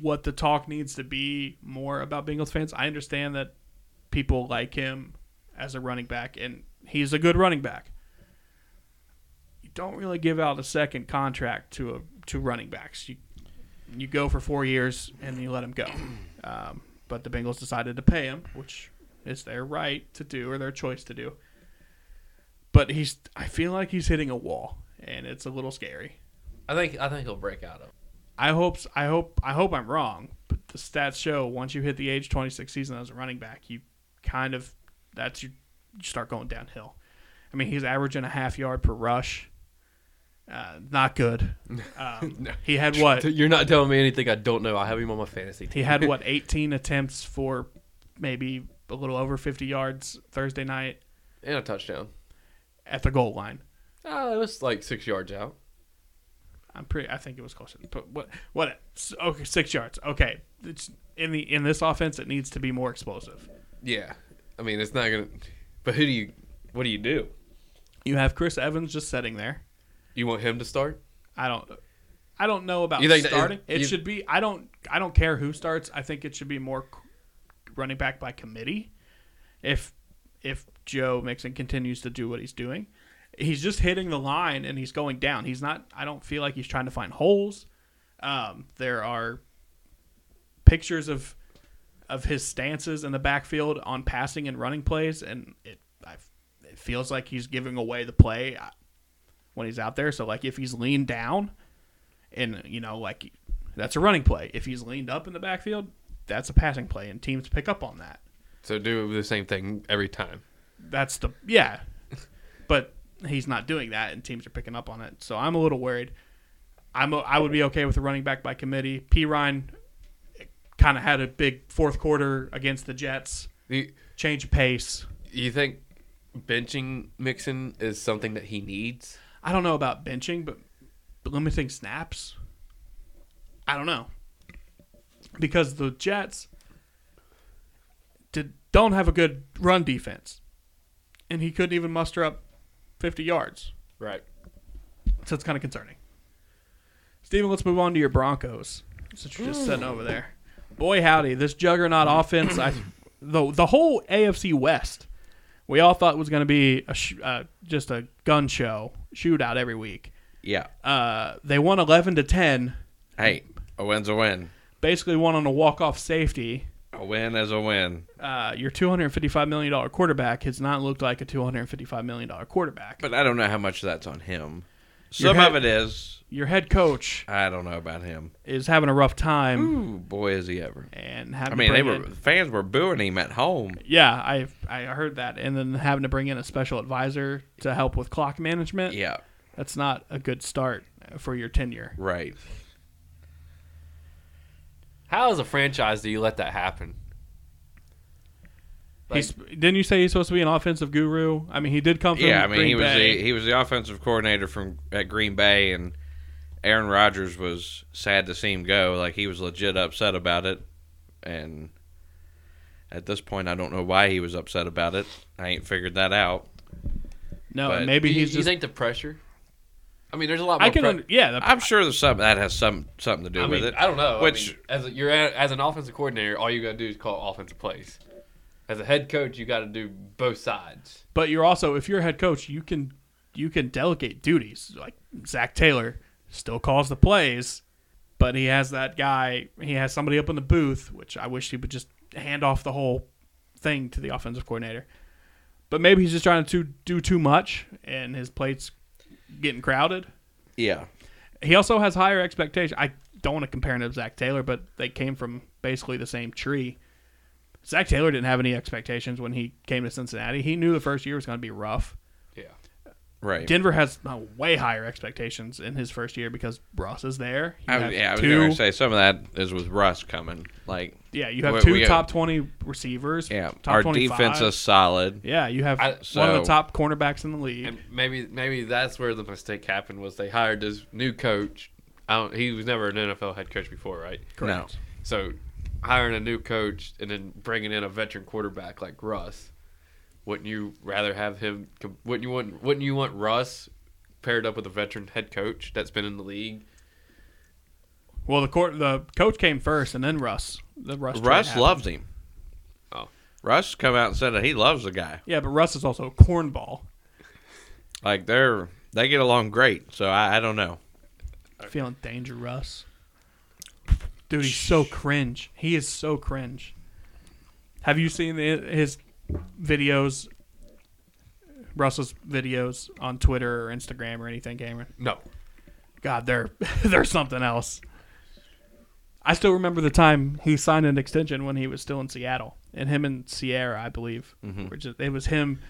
S1: what the talk needs to be more about Bengals fans. I understand that people like him as a running back, and he's a good running back. You don't really give out a second contract to a to running backs. You you go for four years and you let him go. Um, but the Bengals decided to pay him, which is their right to do or their choice to do. But he's I feel like he's hitting a wall, and it's a little scary.
S2: I think I think he'll break out of.
S1: I hope I hope I hope I'm wrong, but the stats show once you hit the age 26 season as a running back, you kind of that's your you start going downhill. I mean, he's averaging a half yard per rush. Uh, not good. Um, He had what?
S2: You're not telling me anything I don't know. I have him on my fantasy team.
S1: He
S2: *laughs*
S1: had what 18 attempts for maybe a little over 50 yards Thursday night
S2: *laughs* and a touchdown.
S1: at the goal line.
S2: Oh, it was like six yards out.
S1: I'm pretty. I think it was closer. But what? What? Okay, six yards. Okay, it's in the in this offense, it needs to be more explosive.
S2: Yeah. I mean, it's not gonna. But who do you? What do you do?
S1: You have Chris Evans just sitting there.
S2: You want him to start?
S1: I don't I don't know about
S2: You think that-
S1: starting. it
S2: you-
S1: should be I don't I don't care who starts. I think it should be more c- running back by committee. If if Joe Mixon continues to do what he's doing, he's just hitting the line and he's going down. He's not I don't feel like he's trying to find holes. Um, there are pictures of of his stances in the backfield on passing and running plays, and it i it feels like he's giving away the play uh, when he's out there. So like if he's leaned down, and you know like that's a running play. If he's leaned up in the backfield, that's a passing play, and teams pick up on that.
S2: So do the same thing every time.
S1: That's the yeah, *laughs* but he's not doing that, and teams are picking up on it. So I'm a little worried. I'm a, I would be okay with a running back by committee. P Ryan kind of had a big fourth quarter against the Jets,
S2: You,
S1: change of pace.
S2: you think benching Mixon is something that he needs?
S1: I don't know about benching, but, but limiting snaps. I don't know because the Jets did don't have a good run defense, and he couldn't even muster up fifty yards.
S2: Right.
S1: So it's kind of concerning. Steven, let's move on to your Broncos. Since you're just sitting over there. Boy howdy, this juggernaut *clears throat* offense, I the the whole AFC West, we all thought was going to be a sh- uh, just a gun show shootout every week.
S3: Yeah.
S1: Uh, they won 11 to 10,
S3: Hey, a win's a win.
S1: basically won on a walk-off safety.
S3: A win is a win.
S1: Uh, your 255 million dollar quarterback has not looked like a 255 million dollar quarterback.
S3: But I don't know how much that's on him.
S1: Your
S3: Some
S1: head-
S3: of it is.
S1: Your head coach
S3: I don't know about him.
S1: is having a rough time
S3: Ooh, boy, is he ever.
S1: and having
S3: Mm. I
S1: to
S3: mean, they
S1: bring
S3: were
S1: in-
S3: fans were booing him at home.
S1: Yeah, I I heard that, and then having to bring in a special advisor to help with clock management.
S3: Yeah,
S1: that's not a good start for your tenure.
S3: right.
S2: How as a franchise do you let that happen? Like-
S1: He's didn't you say he's supposed to be an offensive guru? I mean, he did come from
S3: Yeah, I mean,
S1: Green
S3: he was
S1: Bay.
S3: the, he was the offensive coordinator from at Green Bay, and Aaron Rodgers was sad to see him go. Like he was legit upset about it, and at this point, I don't know why he was upset about it. I ain't figured that out.
S1: no,
S3: but-
S1: and maybe
S2: Do you,
S1: he's
S2: you
S1: just.
S2: think the pressure? I mean, there's a lot more.
S1: I can,
S2: pre-
S1: un- yeah, the,
S3: I'm sure there's some that has some something to do
S2: I
S3: with
S2: mean,
S3: it.
S2: I don't know.
S3: Which-
S2: Which as a, you're a- as an offensive coordinator, all you got to do is call offensive plays. As a head coach, you got to do both sides.
S1: but you're also if you're a head coach, you can you can delegate duties. Like Zach Taylor still calls the plays, but he has that guy. He has somebody up in the booth, which I wish he would just hand off the whole thing to the offensive coordinator. But maybe he's just trying to do too much, and his plate's getting crowded.
S3: Yeah.
S1: He also has higher expectations. I don't want to compare him to Zach Taylor, but they came from basically the same tree. Zach Taylor didn't have any expectations when he came to Cincinnati. He knew the first year was going to be rough.
S2: Yeah.
S3: Right.
S1: Denver has uh, way higher expectations in his first year because Russ is there. You
S3: I
S1: have
S3: was, yeah, I was
S1: two,
S3: gonna say some of that is with Russ coming. Like,
S1: yeah, you have
S3: we-
S1: two
S3: we have-
S1: top twenty receivers.
S3: yeah,
S1: top
S3: our
S1: 25.
S3: defense is solid.
S1: Yeah, you have
S2: I-
S1: one of
S3: so-
S1: the top cornerbacks in the league.
S2: And maybe maybe that's where the mistake happened was they hired this new coach. I don't, he was never an NFL head coach before, right?
S3: No,
S2: So hiring a new coach and then bringing in a veteran quarterback like Russ, wouldn't you rather have him? Wouldn't you want? Wouldn't you want Russ paired up with a veteran head coach that's been in the league?
S1: well, the court, the coach came first, and then Russ. The Russ. trade
S3: Russ
S1: happened.
S3: loves him.
S2: Oh.
S3: Russ come out and said that he loves the guy.
S1: Yeah, but Russ is also a cornball.
S3: Like they're they get along great. So I, I don't know.
S1: Feeling danger, Russ. Dude, he's so cringe. He is so cringe. Have you seen the, his videos? Russ's videos on Twitter or Instagram or anything, Cameron.
S2: No.
S1: God, they're *laughs* they're something else. I still remember the time he signed an extension when he was still in Seattle, and him and Sierra, I believe, were just, it was him.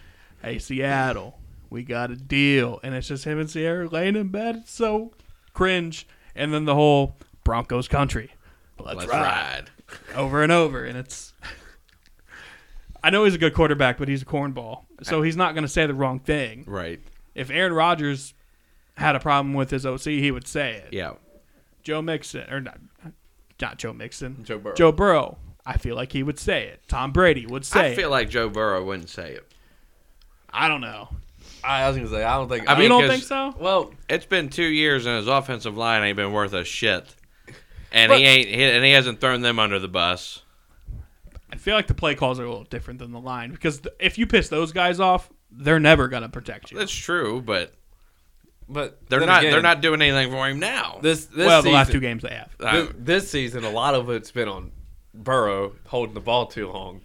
S1: Hey, Seattle, we got a deal, and it's just him and Sierra laying in bed. It's so cringe, and then the whole Broncos country. Let's,
S3: Let's
S1: ride.
S3: ride.
S1: over and over, and it's. *laughs* I know he's a good quarterback, but he's a cornball, so he's not going to say the wrong thing.
S3: Right.
S1: If Aaron Rodgers had a problem with his OC, he would say it.
S3: Yeah.
S1: Joe Mixon or not, not Joe Mixon.
S2: Joe Burrow.
S1: Joe Burrow. I feel like he would say it. Tom Brady would say
S3: I feel
S1: it.
S3: like Joe Burrow wouldn't say it.
S1: I don't know.
S2: I, was gonna say I don't think.
S3: I
S2: I,
S1: You
S3: mean,
S2: mean,
S1: don't
S3: 'cause-
S1: think so?
S2: well,
S3: It's been two years and his offensive line ain't been worth a shit. And
S2: But-
S3: he ain't he, and he hasn't thrown them under the bus.
S1: I feel like the play calls are a little different than the line because th- if you piss those guys off, they're never gonna protect you.
S3: That's true, but
S2: but
S3: they're
S2: then
S3: not
S2: again,
S3: they're not doing anything for him now.
S2: this. this
S1: well,
S2: season, Uh,
S1: the last two games they have.
S3: I-
S2: thi- this season, a lot of it's been on Burrow holding the ball too long.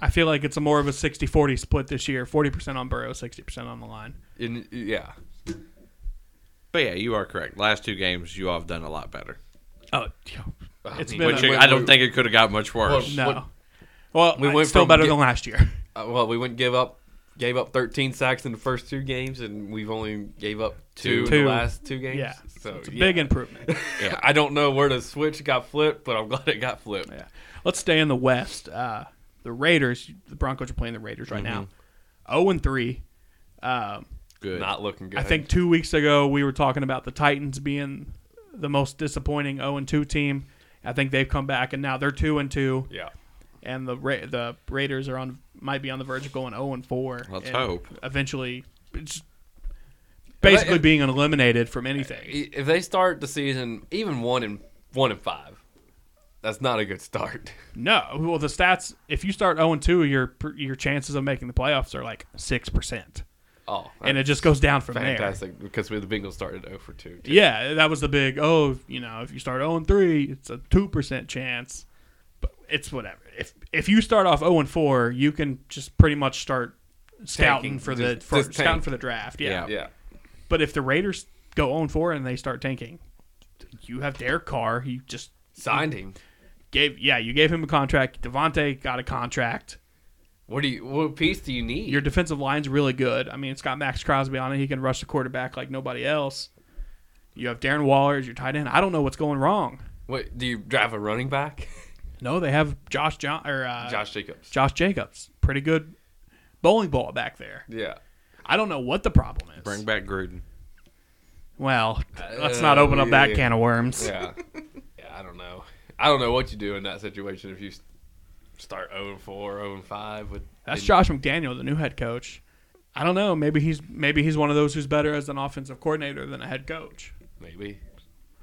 S1: I feel like it's a more of a 60-40 split this year. Forty percent on Burrow, sixty percent on the line.
S2: In yeah,
S3: But yeah, you are correct. Last two games, you all have done a lot better.
S1: Oh, it's
S2: I mean,
S1: been.
S3: Which
S1: a-
S2: you-
S3: I don't think it could have got much worse.
S1: no.
S2: what-
S1: well,
S2: we
S1: we
S2: went
S1: still
S2: from
S1: better
S2: get-
S1: than last year. *laughs*
S2: Uh, well, we wouldn't give up, gave up 13 sacks in the first two games, and we've only gave up two, in
S1: Two.
S2: the last two games.
S1: Yeah,
S2: so
S1: it's a
S2: yeah.
S1: big improvement.
S3: Yeah.
S2: I don't know where the switch got flipped, but I'm glad it got flipped.
S1: Yeah. Let's stay in the West. Uh, the Raiders, the Broncos are playing the Raiders right now. 0 and 3. Um,
S3: Good.
S2: Not looking good.
S1: I think two weeks ago we were talking about the Titans being the most disappointing 0 and 2 team. I think they've come back and now they're 2 and 2,
S2: Yeah.
S1: and the Ra- the Raiders are on might be on the verge of going 0 and 4.
S3: Let's
S1: and
S3: hope.
S1: Eventually, it's basically
S2: if-
S1: being eliminated from anything.
S2: If they start the season even one and one and five, that's not a good start. *laughs*
S1: No, well the stats. If you start 0 and 2, your your chances of making the playoffs are like six percent.
S2: Oh,
S1: and it just goes down from
S2: fantastic because we the Bengals started 0 for two.
S1: there. Yeah, that was the big. Oh, you know, if you start 0 3, it's a two percent chance, but it's whatever. If if you start off 0 4, you can just pretty much start scouting
S2: Tanking.
S1: for the
S2: Just-
S1: for,
S2: just
S1: scouting
S2: tank.
S1: for the draft. Yeah.
S3: Yeah.
S2: Yeah.
S1: but if the Raiders go 0 4 and they start tanking, you have Derek Carr. You just
S2: Signed him.
S1: gave yeah, you gave him a contract. Devontae got a contract.
S2: What do you? What piece do you need?
S1: Your defensive line's really good. I mean, it's got Max Crosby on it. He can rush the quarterback like nobody else. You have Darren Waller as your tight end. I don't know what's going wrong.
S2: what do you drive a running back? *laughs*
S1: No, they have Josh John or uh, Josh.
S2: Josh Jacobs.
S1: Jacobs, pretty good bowling ball back there.
S2: Yeah.
S1: I don't know what the problem is.
S3: Bring back Gruden.
S1: well,
S2: Uh,
S1: let's not open up that
S2: yeah.
S1: can of worms.
S2: Yeah. *laughs* yeah, I don't know. I don't know what you do in that situation if you s- start 0 and 4, 0 and 5 with
S1: That's
S2: and-
S1: Josh McDaniel, the new head coach. I don't know. Maybe he's maybe he's one of those who's better as an offensive coordinator than a head coach.
S2: maybe.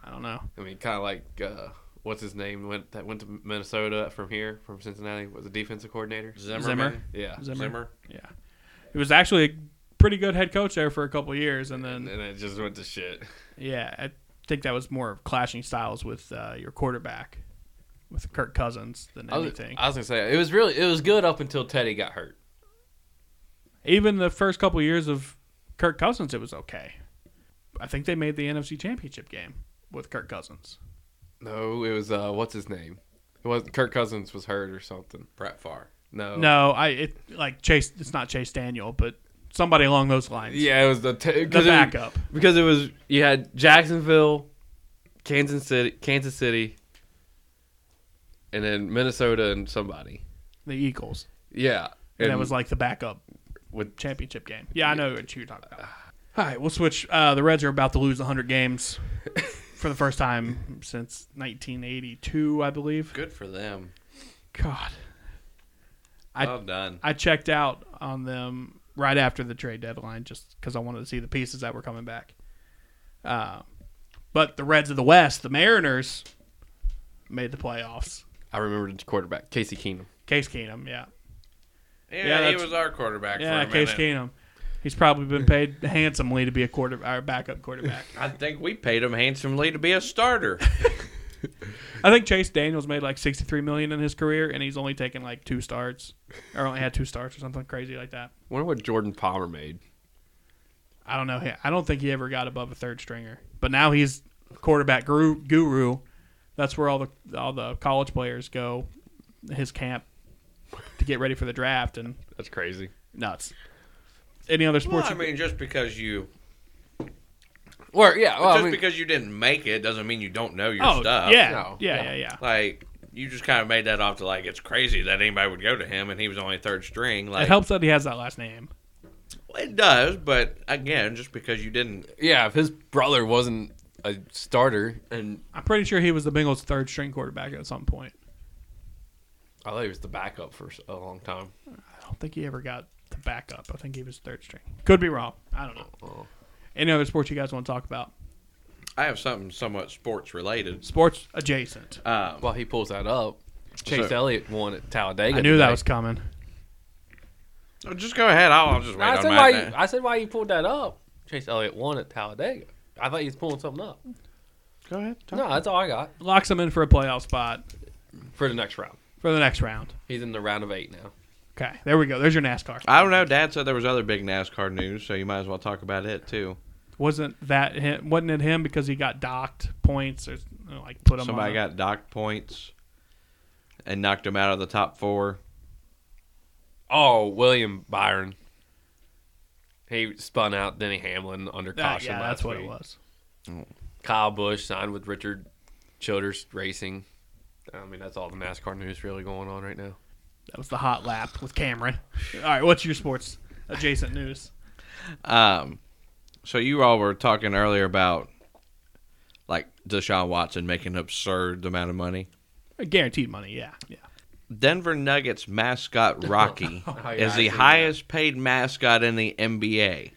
S1: I don't know.
S2: I mean, kind of like uh, what's his name went that went to Minnesota from here from Cincinnati was a defensive coordinator.
S1: Zimmer.
S2: Yeah.
S1: Zimmer.
S3: Zimmer.
S1: Yeah, he was actually a pretty good head coach there for a couple years, and
S2: And
S1: then
S2: then it just went
S1: *laughs*
S2: to shit.
S1: yeah, I think that was more of clashing styles with uh, your quarterback. with Kirk Cousins than
S2: I was,
S1: anything.
S2: I was gonna say it was really it was good up until Teddy got hurt.
S1: Even the first couple years of Kirk Cousins, it was okay. I think they made the NFC Championship game with Kirk Cousins.
S2: No, it was uh, what's his name? It was Kirk Cousins was hurt or something.
S3: Brett Favre.
S2: No,
S1: No, I it like Chase. It's not Chase Daniel, but somebody along those lines.
S2: Yeah, it was the t-
S1: the backup.
S2: because it was you had Jacksonville, Kansas City, Kansas City, and then Minnesota and somebody.
S1: the Eagles.
S2: Yeah,
S1: And, it was like the backup
S2: with
S1: championship game. Yeah, I know what you're talking about. *sighs* All right, we'll switch. Uh, the Reds are about to lose 100 *laughs* games for the first time since 1982, I believe.
S3: Good for them.
S1: God, I-
S3: well done.
S1: I checked out on them right after the trade deadline just because I wanted to see the pieces that were coming back. Uh, but the Reds of the West, the Mariners, made the playoffs.
S2: I remember the quarterback Casey Keenum.
S1: Case Keenum, yeah,
S3: Yeah, he
S1: that's-
S3: was our quarterback for
S1: yeah,
S3: a
S1: Case
S3: minute.
S1: Keenum. He's probably been paid handsomely to be a quarter, our backup quarterback.
S3: I think we paid him handsomely to be a
S1: *laughs*
S3: starter.
S1: I think Chase Daniels made like sixty three million in his career, and he's only taken like two starts, or only had two starts, or something crazy like that.
S2: Wonder what Jordan Palmer made.
S1: I don't know. He- I don't think he ever got above a third stringer, but now he's quarterback guru. guru. That's where all the all the college players go, his camp, to get ready for the draft and
S2: That's crazy.
S1: nuts. Any other
S3: well,
S1: sports?
S3: I mean, just because you
S2: Or yeah, well,
S3: just
S2: I mean,
S3: because you didn't make it doesn't mean you don't know your
S1: oh
S3: stuff.
S1: yeah,
S2: No.
S1: yeah,
S2: Yeah.
S1: yeah, yeah.
S3: Like you just kind of made that off to like it's crazy that anybody would go to him and he was only third string. Like
S1: it helps that he has that last name.
S3: it does, but again, just because you didn't
S2: yeah, if his brother wasn't a starter, and
S1: I'm pretty sure he was the Bengals' third string quarterback at some point.
S2: I thought he was the backup for a long time.
S1: I don't think he ever got the backup. I think he was third string. Could be wrong. I don't know.
S3: Uh-uh.
S2: Oh.
S1: Any other sports you guys want to talk about?
S3: I have something somewhat sports related.
S1: Sports adjacent.
S3: Um,
S2: While he pulls that up, Chase
S3: So-
S2: Elliott won at Talladega.
S1: I knew that
S2: today.
S1: was coming.
S3: Oh, just go ahead. I'll, I'll just wait
S2: I
S3: on
S2: said why.
S3: mine.
S2: You, I said why you pulled that up. Chase Elliott won at Talladega. I thought he was pulling something up.
S3: Go ahead.
S2: No, that's all I got
S1: Locks him in for a playoff spot
S2: for the next round.
S1: for the next round.
S2: He's in the round of eight now.
S1: Okay, there we go. There's your NASCAR.
S3: I don't know. Dad said there was other big NASCAR news, so you might as well talk about it too.
S1: Wasn't that him, wasn't it him because he got docked points or you know, like put him
S3: Somebody
S1: on a-
S3: got docked points and knocked him out of the top four.
S2: Oh, William Byron. He spun out Denny Hamlin under
S1: Ah,
S2: caution.
S1: yeah,
S2: last
S1: that's what
S2: week.
S1: it was.
S2: Kyle Busch signed with Richard Childers Racing. I mean, that's all the NASCAR news really going on right now.
S1: That was the hot lap with Cameron. All right, what's your sports adjacent news?
S3: Um, so you all were talking earlier about like Deshaun Watson making an absurd amount of money.
S1: Uh, Guaranteed money, yeah, yeah.
S3: Denver
S2: *laughs*
S3: Nuggets mascot Rocky
S2: Oh, yeah, I
S3: is the
S2: seen that.
S3: highest paid mascot in the NBA.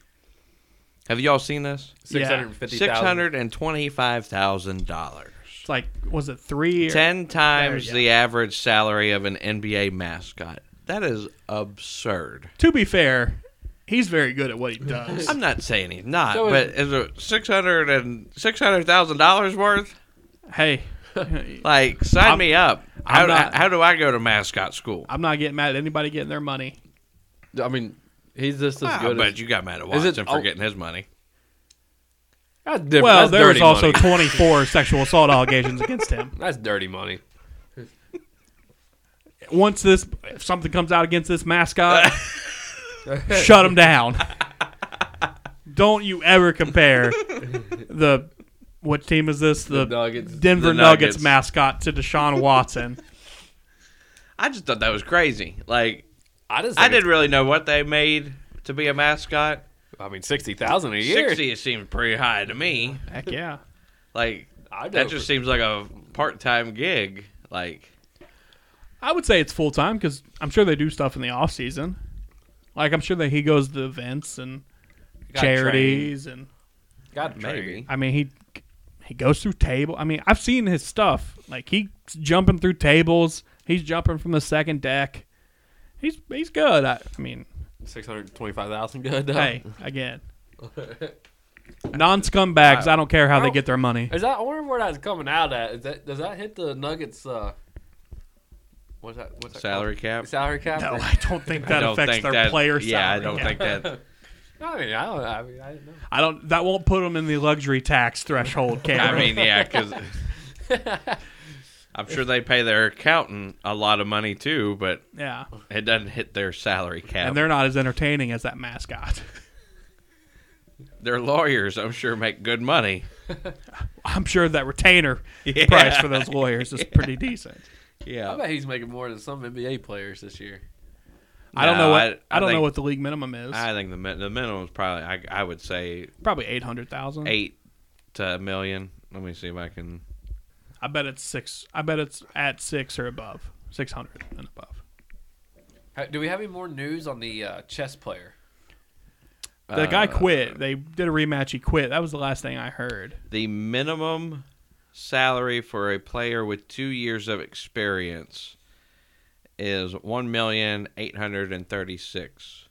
S3: Have y'all seen this?
S1: Yeah.
S2: Six hundred fifty thousand.
S3: Six hundred and twenty-five thousand dollars.
S1: It's like was it three? Or,
S3: Ten times
S1: There you
S3: the average salary of an NBA mascot. That is absurd.
S1: to be fair, he's very good at what he does.
S3: I'm not saying he's not,
S2: So
S3: but
S2: is-
S3: is it six hundred and six hundred thousand dollars worth?
S1: hey,
S3: Like, sign me up. How,
S1: I'm not-
S3: how do I go to mascot school?
S1: I'm not getting mad at anybody getting their money.
S2: I mean, he's just as
S3: Ah,
S2: good.
S3: but
S2: as,
S3: you got mad at
S2: Is it-
S3: Watson for
S2: oh.
S3: getting his money.
S2: that's different.
S1: Well,
S2: that's
S1: there was
S2: dirty
S1: also
S2: money.
S1: 24 sexual assault allegations against him.
S2: that's dirty *laughs* money.
S1: Once this, if something comes out against this mascot, shut him down. Don't you ever compare the what team is this? The,
S2: Nuggets.
S1: Denver
S3: The
S1: Nuggets.
S3: Nuggets.
S1: mascot to Deshaun Watson.
S3: I just thought that was crazy. Like,
S2: I just.
S3: I
S2: think it's-
S3: didn't really know what they made to be a mascot.
S2: I mean, sixty thousand a year.
S3: Sixty seemed pretty high to me.
S1: Heck yeah.
S3: Like,
S2: I
S3: that
S2: know.
S3: just seems like a part-time gig. Like,
S1: I would say it's full time because I'm sure they do stuff in the off season. Like I'm sure that he goes to events and
S3: Got
S1: charities and
S2: Got to
S3: maybe.
S1: I mean, he he goes through table. I mean, I've seen his stuff. Like he's jumping through tables. He's jumping from the second deck. He's he's good. I, I mean,
S2: Six hundred twenty-five thousand. Good. though. *laughs*
S1: hey, again, non scumbags. I don't care how they get their money.
S2: Is that I wonder where that's coming out at? Is that does that hit the Nuggets uh, what's that? What's that
S3: Salary
S2: called?
S3: cap?
S1: *laughs*
S2: Salary cap.
S1: No,
S2: or-
S1: I don't think
S3: I
S1: that
S3: don't
S1: affects
S3: think
S1: their
S3: that-
S1: player
S3: Yeah, I
S1: salary
S3: don't
S1: cap.
S3: think that.
S2: *laughs* I mean, I don't. I mean, I didn't know.
S1: *laughs* I don't. That won't put them in the luxury tax threshold. Cameron.
S3: *laughs* I mean,
S1: *laughs*
S3: yeah, because I'm sure they pay their accountant a lot of money too, but
S1: yeah.
S3: it doesn't hit their salary cap.
S1: And they're not as entertaining as that mascot. *laughs*
S3: their lawyers, I'm sure, make good money.
S1: I'm sure that retainer
S3: *laughs* Yeah.
S1: price for those lawyers is pretty decent.
S3: Yeah,
S2: I bet he's making more than some NBA players this year.
S1: I don't know
S3: No,
S1: what
S3: I-
S1: I,
S3: I
S1: don't know
S3: think-
S1: what the league minimum is.
S3: I think the min- the minimum is probably I I would say
S1: Probably eight hundred thousand.
S3: eight to a million. Let me see if I can.
S1: I bet it's six. I bet it's at six or above. Six hundred and above.
S2: Ha- Do we have any more news on the uh, chess player? *laughs*
S1: The guy
S3: Uh,
S1: quit. They did a rematch. He quit. That was the last thing I heard.
S3: The minimum salary for a player with two years of experience is one million eight hundred and thirty six.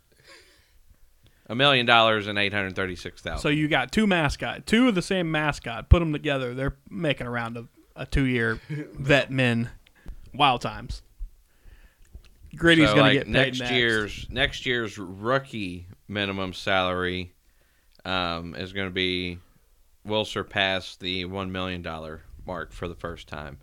S3: A million dollars and eight hundred thirty six thousand.
S1: So you got two mascot, two of the same mascot. Put them together. They're making a round of a
S3: *laughs*
S1: two-year vet men. Wild times. Gritty's
S3: So,
S1: gonna
S3: like,
S1: get paid
S3: next,
S1: next,
S3: year's next year's rookie minimum salary um, is going to be will surpass the one million dollar mark for the first time.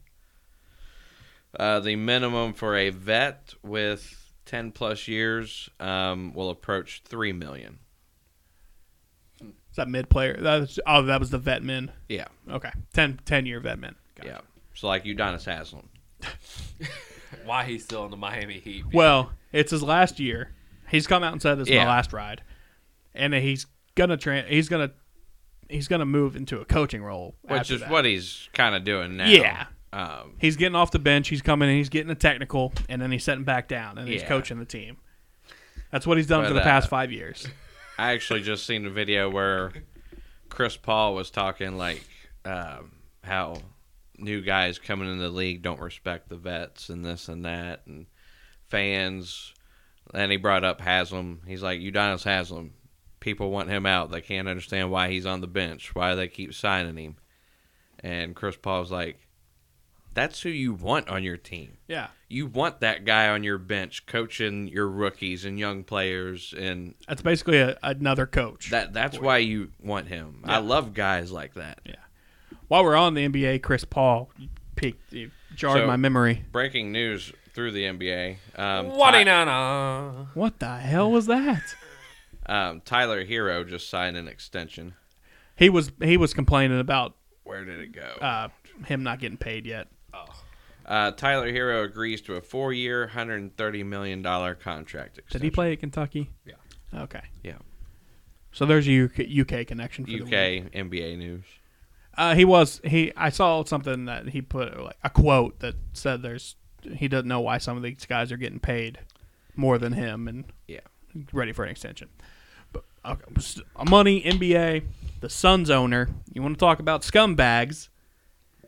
S3: Uh, the minimum for a vet with ten plus years um, will approach three million.
S1: Is that mid player? That was, oh, that was the vet men.
S3: Yeah,
S1: Okay, 10, 10 year vet men. Got it.
S3: yeah. So like Udonis Haslam.
S2: Why he's still in the Miami Heat?
S1: Well, it's his last year. He's come out and said it's
S3: Yeah.
S1: my last ride, and then he's gonna tra- he's gonna he's gonna move into a coaching role,
S3: Which
S1: after
S3: is
S1: that.
S3: what he's kind of doing now.
S1: Yeah.
S3: Um,
S1: he's getting off the bench. He's coming in. He's getting a technical, and then he's sitting back down, and he's
S3: Yeah.
S1: coaching the team. That's what he's done
S3: But,
S1: for the
S3: uh,
S1: past five years.
S3: I actually just seen a video where Chris Paul was talking like um, how new guys coming in the league don't respect the vets and this and that and fans. And he brought up Haslam. He's like Udonis Haslam. People want him out. They can't understand why he's on the bench. Why they keep signing him. And Chris Paul's like, "That's who you want on your team."
S1: Yeah,
S3: You want that guy on your bench coaching your rookies and young players and
S1: that's basically a, another coach.
S3: that that's why you want him. I love guys like that.
S1: While we're on the NBA, Chris Paul peaked, he jarred
S3: So-
S1: my memory.
S3: Breaking news through the NBA. Um,
S2: what
S3: Ty-
S2: nana?
S1: What the hell was that?
S3: um, Tyler Hero just signed an extension.
S1: he was he was complaining about
S3: Where did it go?
S1: uh, him not getting paid yet.
S3: Uh, Tyler Hero agrees to a four-year, hundred and thirty million dollar contract extension.
S1: Did he play at Kentucky?
S2: Yeah.
S1: Okay.
S3: Yeah.
S1: So there's a UK, UK connection for the week.
S3: UK NBA news.
S1: Uh, he was he. I saw something that he put like a quote that said there's he doesn't know why some of these guys are getting paid more than him and
S3: Yeah.
S1: ready for an extension. But okay, s- uh, money NBA, the Suns owner. You want to talk about scumbags?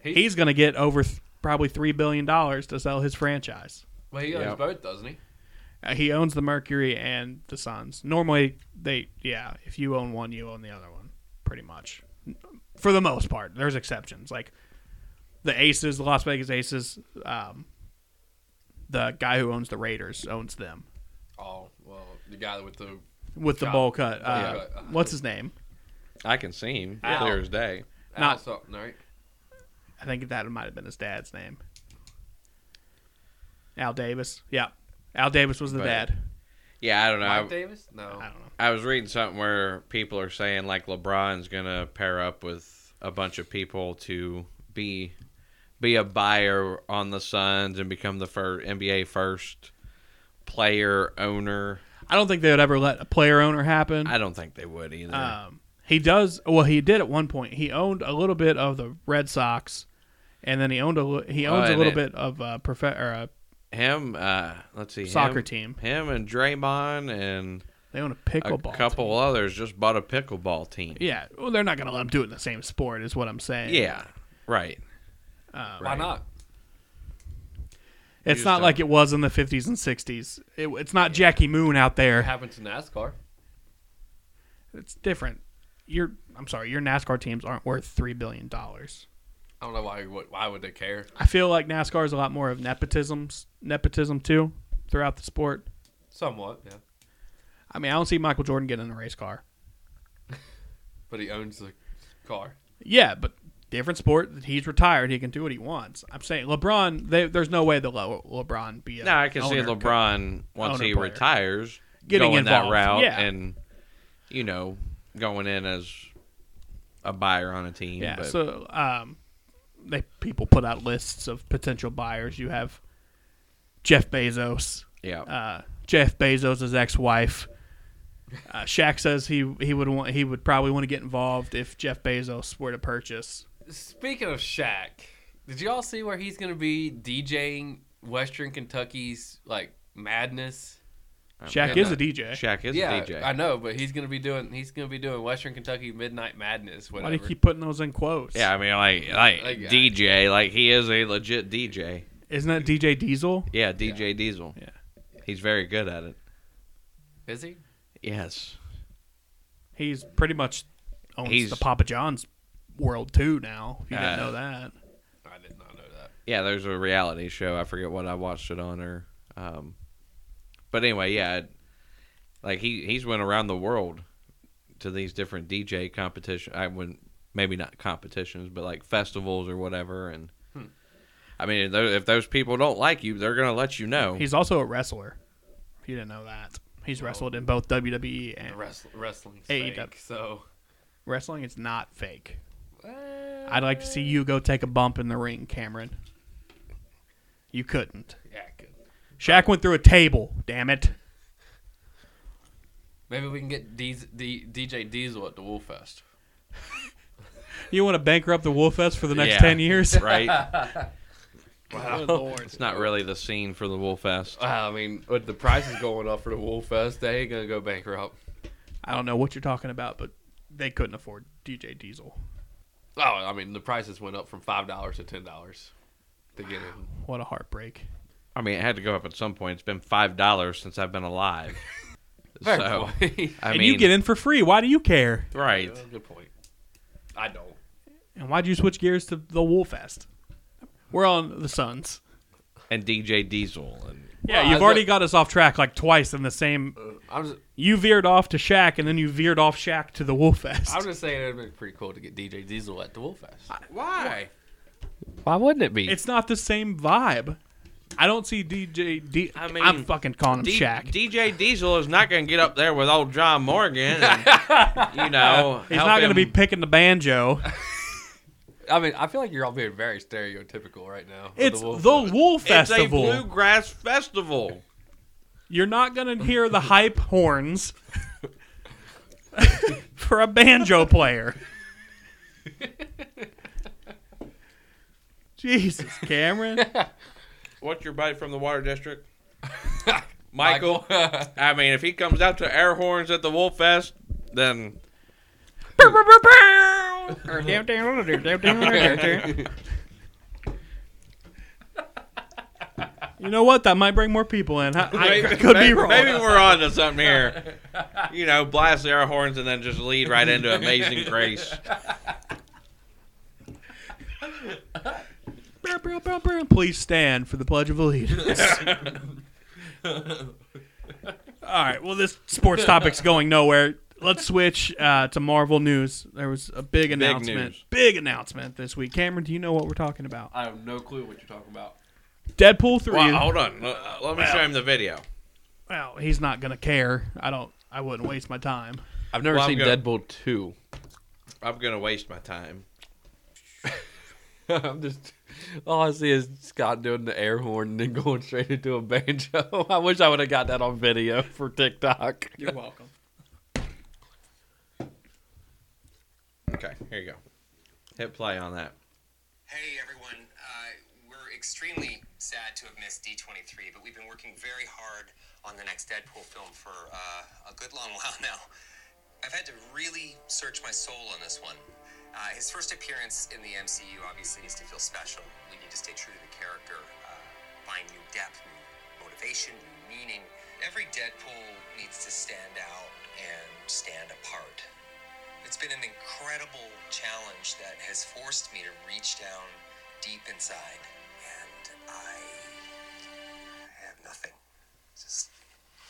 S1: He's gonna get over th- probably three billion dollars to sell his franchise.
S2: well, he owns
S3: Yeah.
S2: both, doesn't he?
S1: Uh, he owns the Mercury and the Suns. Normally, they yeah, if you own one, you own the other one, pretty much, for the most part. There's exceptions like the Aces, the Las Vegas Aces. Um, the guy who owns the Raiders owns them
S2: Oh, well, the guy with the
S1: with the
S2: Chop.
S1: bowl cut. Uh,
S2: Yeah.
S1: What's his name?
S3: I can see him
S2: Ow.
S3: clear as day.
S1: Not-
S2: Al something, right?
S1: I think that might have been his dad's name. Al Davis. Yeah, Al Davis was the
S3: But-
S1: dad.
S3: Yeah, I don't know.
S2: Mike
S3: I,
S2: Davis? No.
S1: I don't know.
S3: I was reading something where people are saying like LeBron's gonna pair up with a bunch of people to be be a buyer on the Suns and become the first NBA first player owner.
S1: I don't think they would ever let a player owner happen.
S3: I don't think they would either.
S1: Um, he does well. He did at one point. He owned a little bit of the Red Sox, and then he owned a li- he
S3: Oh,
S1: owns a
S3: and
S1: little
S3: it-
S1: bit of uh, prof- or, uh,
S3: him, uh, let's see,
S1: Soccer
S3: him-
S1: team.
S3: him and Draymond and
S1: they own a
S3: a
S1: pickleball.
S3: couple others just bought a pickleball team.
S1: team. Yeah, well, they're not gonna let him do it in the same sport, is what I'm saying.
S3: Yeah, right.
S1: Um,
S2: Why not?
S1: it's
S3: You
S1: not
S3: just
S1: like it
S3: don't-
S1: was in the 50s and 60s. It, it's not Jackie Moon out
S2: It
S1: there.
S2: happened to NASCAR.
S1: It's different. Your I'm sorry, your NASCAR teams aren't worth three billion dollars.
S2: I don't know why. What, why would they care?
S1: I feel like NASCAR is a lot more of nepotism, nepotism too, throughout the sport.
S2: Somewhat, yeah.
S1: I mean, I don't see Michael Jordan getting in a race car.
S2: But he owns the car.
S1: Yeah, but different sport. He's retired. He can do what he wants. I'm saying LeBron. They, there's no way they'll let LeBron be. A
S3: Now I can see
S1: owner,
S3: LeBron once
S1: owner
S3: he
S1: player.
S3: retires
S1: Getting
S3: going
S1: involved,
S3: that route
S1: yeah.
S3: and you know going in as a buyer on a team.
S1: Yeah.
S3: but
S1: So um, they people put out lists of potential buyers. You have Jeff Bezos.
S3: yeah,
S1: Uh, Jeff Bezos' ex-wife. Uh, Shaq says he he would want he would probably want to get involved if Jeff Bezos were to purchase.
S2: Speaking of Shaq, did you all see where he's going to be DJing Western Kentucky's like madness?
S1: Shaq
S2: yeah,
S1: is a
S2: no.
S1: DJ.
S3: uh, Shaq is
S2: yeah,
S3: a DJ.
S2: I know, but he's going to be doing he's going to be doing Western Kentucky Midnight Madness.
S1: Why
S2: Whatever.
S1: do you keep putting those in quotes?
S3: yeah, I mean like like
S2: Like, uh,
S3: DJ, like he is a legit DJ.
S1: Isn't that DJ Diesel?
S3: Yeah, DJ Diesel.
S1: Yeah.
S3: he's very good at it.
S2: Is he?
S3: Yes,
S1: He's pretty much owns
S3: He's-
S1: the Papa John's world too now. If you
S3: Uh,
S1: didn't know that.
S2: I did not know that.
S3: yeah. There's a reality show. I forget what I watched it on or, um, but anyway, yeah, it- like he he's went around the world to these different DJ competition. I wouldn't maybe not competitions, but like festivals or whatever. And
S2: Hmm.
S3: I mean, if tho- if those people don't like you, they're gonna let
S2: *laughs*
S3: you know.
S1: He's also a wrestler. If you didn't know that. He's
S2: Well-
S1: wrestled in both WWE and
S2: Wrestling, wrestling's
S1: AEW.
S2: fake, so
S1: wrestling is not fake.
S2: eh,
S1: I'd like to see you go take a bump in the ring, Cameron. You couldn't.
S2: Yeah, good.
S1: Shaq went through a table, damn it.
S2: Maybe we can get Deez- D- DJ Diesel at the Wolf Fest.
S1: You want to bankrupt the Wolf Fest for the next
S3: Yeah.
S1: 10
S3: *laughs*
S1: years?
S3: right?
S1: Good lord.
S3: It's not really the scene for the Wolf Fest.
S2: Well, I mean, with the prices going up for the Wolf Fest, they ain't gonna go bankrupt.
S1: *laughs* I don't know what you're talking about, but they couldn't afford DJ Diesel.
S2: Oh, I mean, the prices went up from five dollars to ten dollars to get in.
S1: What a heartbreak.
S3: I mean, it had to go up at some point. It's been five dollars since I've been alive.
S2: Fair
S3: so
S2: *laughs* point.
S3: I
S1: and
S3: mean,
S1: you get in for free. Why do you care?
S3: right?
S2: Yeah, good point. I don't.
S1: And why'd you switch gears to the Wolf Fest? We're on the Suns.
S3: And DJ Diesel and
S1: Yeah,
S2: Well, Uh,
S1: you've
S2: I-
S1: already got us off track like twice in the same.
S2: I'm just,
S1: You veered off to Shaq, and then you veered off Shaq to the Wolf Fest.
S2: I'm just saying it'd been pretty cool to get DJ Diesel at the Wolf Fest.
S3: why?
S2: Why wouldn't it be?
S1: It's not the same vibe. I don't see DJ. D- I
S3: I
S1: mean,
S3: mean,
S1: I'm fucking calling him
S3: D-
S1: Shaq.
S3: DJ Diesel is not going to get up there with old John Morgan.
S1: *laughs*
S3: And, you know,
S1: He's not going to
S3: to
S1: be picking the banjo.
S2: I mean, I feel like you're all being very stereotypical right now. of
S1: It's the Wolf,
S2: Fest.
S3: It's a
S1: Festival.
S3: bluegrass festival.
S1: You're not going to hear the hype horns *laughs* for a banjo player. *laughs* Jesus, Cameron.
S3: What's your buddy from the Water
S1: *laughs*
S3: District? Michael.
S2: Michael.
S3: I mean, if he comes out to air horns at the Wolf Fest, then
S1: You know what? That might bring more people in. I, I
S3: maybe,
S1: could be
S3: maybe-
S1: wrong.
S3: maybe we're on to something
S1: *laughs*
S3: here. You know, blast the air horns and then just lead right into Amazing
S1: *laughs*
S3: Grace.
S1: Please stand for the Pledge of Allegiance. All right. Well, this sports topic's going nowhere. Let's switch uh, to Marvel news. There was a big announcement.
S3: news.
S1: Big announcement this week. Cameron, do you know what we're talking about?
S2: I have no clue what you're talking about.
S1: Deadpool three.
S3: Well, hold on. Let, let me show him the video.
S1: Well, he's not gonna care. I don't. I wouldn't waste my time.
S2: I've never
S3: Well, I'm
S2: seen
S3: gonna-
S2: Deadpool two. *laughs*
S3: I'm going to waste my time.
S2: I'm just all I see is Scott doing the air horn and then going *laughs* straight into a banjo. *laughs* I wish I would have got that on video for TikTok.
S1: You're welcome.
S3: Okay, here you go. Hit play on that.
S4: Hey everyone, uh, we're extremely sad to have missed D23, but we've been working very hard on the next Deadpool film for uh, a good long *laughs* while now. I've had to really search my soul on this one. Uh, his first appearance in the MCU obviously needs to feel special. We need to stay true to the character, uh, find new depth, new motivation, new meaning. Every Deadpool needs to stand out and stand apart. It's been an incredible challenge that has forced me to reach down deep inside, and I have nothing. It's just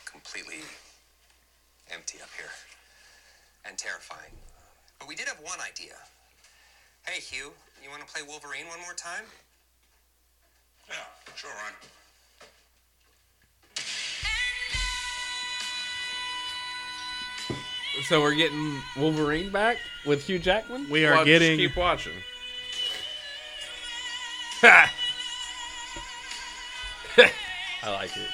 S4: completely empty up here and terrifying. But we did have one idea. Hey, Hugh, you want to play Wolverine one more time?
S5: Yeah, sure, Ron.
S2: So we're getting Wolverine back with Hugh Jackman.
S1: We are
S3: Watch-
S1: getting
S2: *laughs*
S3: Keep watching.
S2: I like it.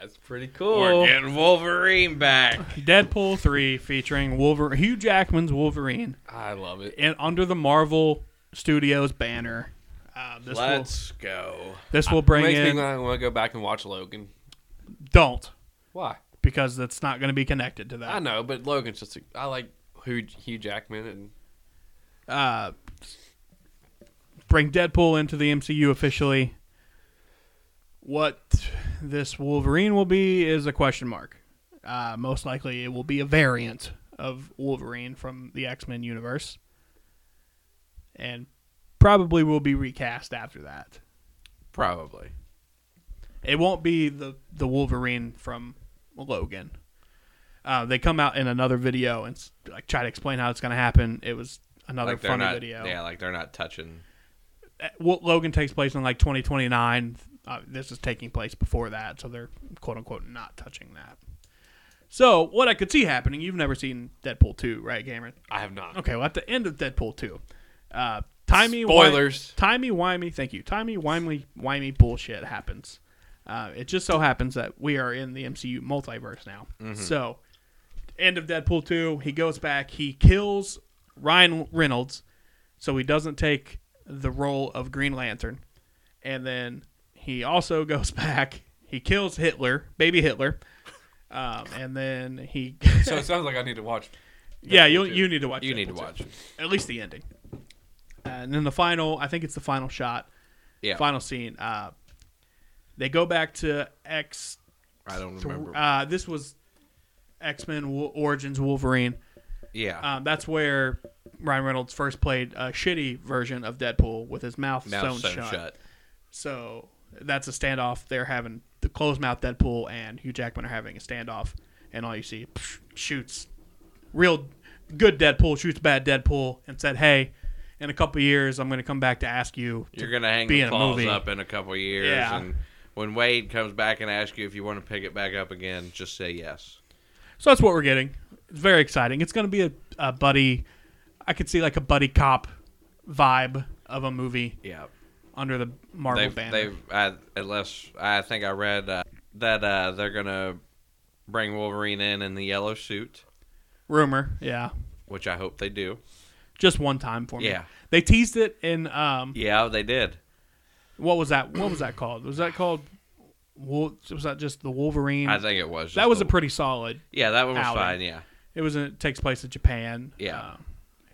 S2: That's pretty cool.
S3: We're getting Wolverine back.
S1: Deadpool 3 featuring Wolverine, Hugh Jackman's Wolverine
S2: I love it.
S1: and under the Marvel Studios banner. Uh, this
S3: Let's go.
S1: will this will bring
S2: Makes
S1: in
S2: me want to go back and watch Logan.
S1: don't
S2: Why?
S1: because that's not going to be connected to
S2: I
S1: that.
S2: know, but Logan's just. A, I like Hugh, Hugh Jackman and
S1: Uh, bring Deadpool into the MCU officially. What this Wolverine will be is a question mark. Uh, most likely, it will be a variant of Wolverine from the X Men universe, and probably will be recast after that.
S3: Probably.
S1: It won't be the the Wolverine from Logan. Uh, they come out in another video and s- like try to explain how it's going to happen. It was another
S3: Like they're
S1: funny
S3: not.
S1: video.
S3: Yeah, like they're not touching.
S1: Uh, Wo- Logan takes place in like 2029. Uh, this is taking place before that, so they're quote unquote not touching that. So what I could see happening, you've never seen Deadpool two, right, Cameron?
S2: I have not.
S1: Okay, well at the end of Deadpool two, uh, timey
S2: Spoilers.
S1: timey wimey. Thank you. Timey wimey wimey bullshit happens. Uh, it just so happens that we are in the MCU multiverse now.
S3: Mm-hmm.
S1: So, end of Deadpool two, he goes back, he kills Ryan Reynolds, so he doesn't take the role of Green Lantern, and then he also *laughs* goes back, he kills Hitler, baby Hitler, um, and then he. *laughs*
S2: So it sounds like I need to watch.
S1: yeah, you you need to watch.
S3: You need to
S1: Deadpool 2
S3: watch. it.
S1: at least the ending. Uh, and then the final, I think it's the final shot,
S3: Yeah.
S1: final scene. Uh, they go back to X.
S3: I don't remember.
S1: Uh, this was X Men Origins Wolverine.
S3: yeah.
S1: Um, that's where Ryan Reynolds first played a shitty version of Deadpool with his mouth,
S3: Mouth
S1: sewn,
S3: sewn
S1: shut. So that's a standoff. They're having the closed mouth Deadpool and Hugh Jackman are having a standoff, and all you see psh, shoots real good Deadpool shoots bad Deadpool and said, "Hey, in a couple years, I'm going to come back to ask you." to
S3: You're gonna hang
S1: be
S3: the
S1: in a
S3: claws
S1: movie.
S3: up in a couple years,
S1: Yeah.
S3: and when Wade comes back and asks you if you want to pick it back up again, just say yes.
S1: So that's what we're getting. It's very exciting. It's going to be a, a buddy. I could see like a buddy cop vibe of a movie
S3: Yeah.
S1: under the Marvel
S3: They've,
S1: banner.
S3: they've I, unless I think I read uh, that uh, they're gonna bring Wolverine in in the yellow suit,
S1: Rumor, yeah,
S3: which I hope they do.
S1: just one time for me.
S3: Yeah.
S1: they teased it in um,
S3: Yeah, they did.
S1: what was that? What was that called? Was that called? Wol- Was that just the Wolverine?
S3: I think it was. just
S1: Mm. that was
S3: the-
S1: a pretty solid.
S3: Yeah, that one was
S1: outing.
S3: fine. Yeah.
S1: It was. A, it takes place in Japan.
S3: Yeah.
S1: Um,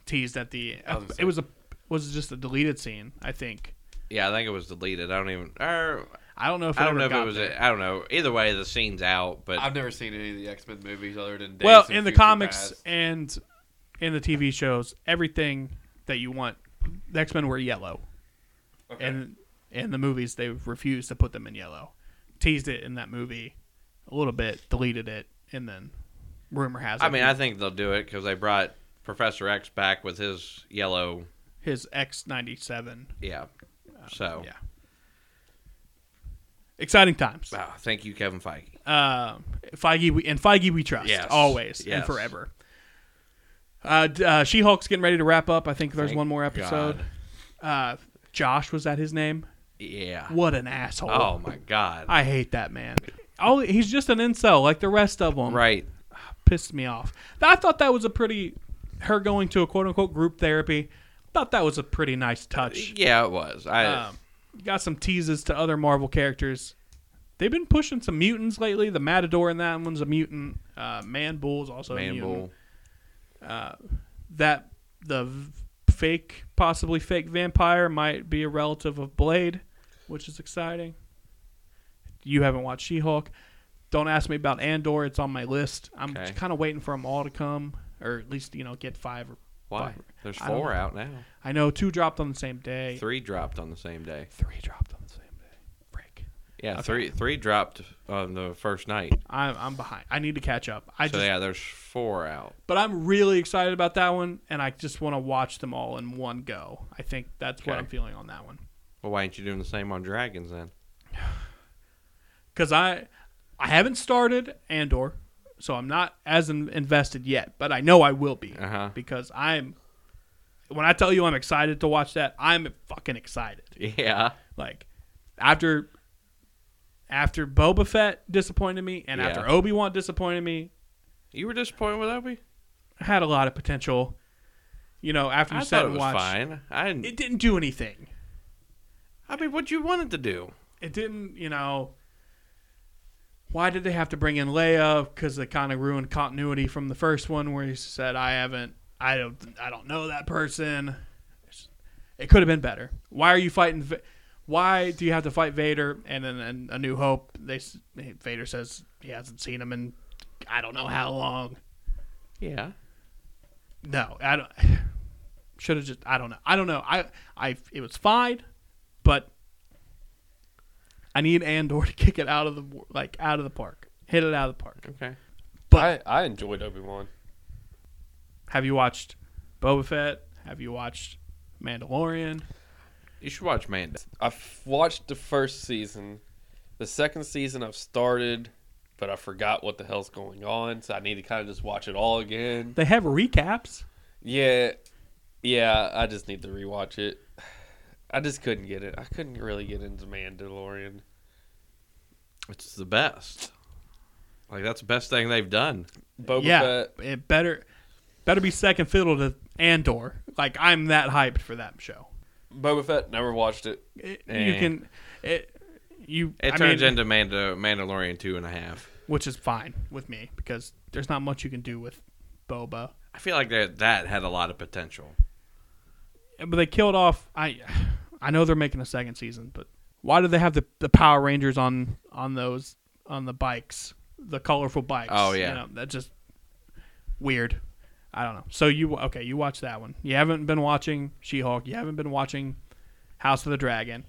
S1: teased at the.
S2: was gonna
S1: it was a. Was just a deleted scene. I think.
S3: Yeah, I think it was deleted. I don't even. Or,
S1: I don't know if.
S3: I don't know
S1: ever
S3: if
S1: got
S3: it was.
S1: there.
S3: I I don't know. Either way, the scene's out. But
S2: *laughs* I've never seen any of the X Men movies other than Days
S1: well,
S2: of
S1: in the
S2: Future
S1: comics eh,
S2: Past.
S1: and in the TV shows, everything that you want, the X Men were yellow, and in the movies they refused to put them in yellow. Teased it in that movie a little bit, deleted it, and then rumor has it
S3: I mean, I think they'll do it because they brought Professor X back with his yellow.
S1: his X ninety seven.
S3: Yeah. So
S1: Oh, Yeah, exciting times.
S3: Wow, Ah, thank you, Kevin Feige.
S1: uh, Feige we, and Feige we trust
S3: Yes.
S1: always and
S3: Yes.
S1: forever. Uh, d- uh, she Hulk's getting ready to wrap up. I think there's
S3: Thank
S1: one more episode. Uh, Josh was that his name?
S3: Yeah.
S1: What an asshole!
S3: Oh my God.
S1: I hate that man. Oh, he's just an incel like the rest of them.
S3: right.
S1: pissed me off. I thought that was a pretty her going to a quote unquote group therapy. Thought that was a pretty nice touch.
S3: Yeah, it was. I.
S1: Um, got some teases to other Marvel characters. They've been pushing some mutants lately. The Matador in that one's a mutant. Uh, Man Bull's also a
S3: man,
S1: mutant.
S3: bull.
S1: That the v- fake, possibly fake vampire might be a relative of Blade, which is exciting. You haven't watched She Hulk. Don't ask me about Andor. It's on my list. I'm
S3: Okay.
S1: kind of waiting for them all to come, or at least you know get five. Or,
S3: Why?
S1: Fuck.
S3: There's
S1: I don't
S3: four
S1: know.
S3: out now.
S1: I know two dropped on the same day.
S3: Three dropped on the same day.
S1: Three dropped on the same day. Break.
S3: Yeah,
S1: Okay.
S3: three three dropped on the first night.
S1: I'm I'm behind. I need to catch up. I
S3: so
S1: just
S3: yeah, there's four out.
S1: but I'm really excited about that one, and I just want to watch them all in one go. I think that's what
S3: Okay.
S1: I'm feeling on that one.
S3: Well, why ain't you doing the same on Dragons then?
S1: because I I haven't started Andor, so I'm not as in- invested yet, but I know I will be
S3: Uh-huh.
S1: because I'm. When I tell you I'm excited to watch that, I'm fucking excited.
S3: Yeah.
S1: Like after after Boba Fett disappointed me, and
S3: Yeah.
S1: after Obi Wan disappointed me,
S3: You were disappointed with Obi?
S1: I had a lot of potential. You know, after you
S3: I
S1: sat
S3: thought it
S1: and
S3: was
S1: watched,
S3: fine. I didn't,
S1: it didn't do anything.
S3: I mean, what you wanted to do?
S1: it didn't, you know. Why did they have to bring in Leia? Because they kind of ruined continuity from the first one, where he said, "I haven't, I don't, I don't know that person." It could have been better. Why are you fighting? Va- Why do you have to fight Vader? And then in A New Hope, they s- Vader says he hasn't seen him in I don't know how long.
S3: Yeah.
S1: No, I don't. Should have just. I don't know. I don't know. I. I. It was fine, but I need Andor *laughs* to kick it out of the like out of the park. Hit it out of the park.
S3: Okay.
S1: But
S2: I, I enjoyed Obi Wan.
S1: have you watched Boba Fett? Have you watched Mandalorian?
S3: You should watch Mando.
S2: I've watched the first season. The second season I've started, but I forgot what the hell's going on, so I need to kind of just watch it all again.
S1: They have recaps.
S2: Yeah, yeah, I just need to rewatch it. I just couldn't get it. I couldn't really get into Mandalorian.
S3: It's the best. Like that's the best thing they've done.
S2: Boba
S1: yeah,
S2: Fett.
S1: it better better be second fiddle to Andor. Like I'm that hyped for that show.
S2: Boba Fett. Never watched it.
S1: It- You
S3: Eh.
S1: can. It. You.
S3: It
S1: I
S3: turns
S1: mean,
S3: into Mando Mandalorian two and a half.
S1: which is fine with me because there's not much you can do with Boba.
S3: I feel like that that had a lot of potential.
S1: But they killed off. I I know they're making a second season, but why do they have the, the Power Rangers on on those on the bikes, the colorful bikes?
S3: Oh, yeah.
S1: you know, that's just weird. I don't know. So you okay? You watch that one. You haven't been watching She Hulk. You haven't been watching House of the Dragon.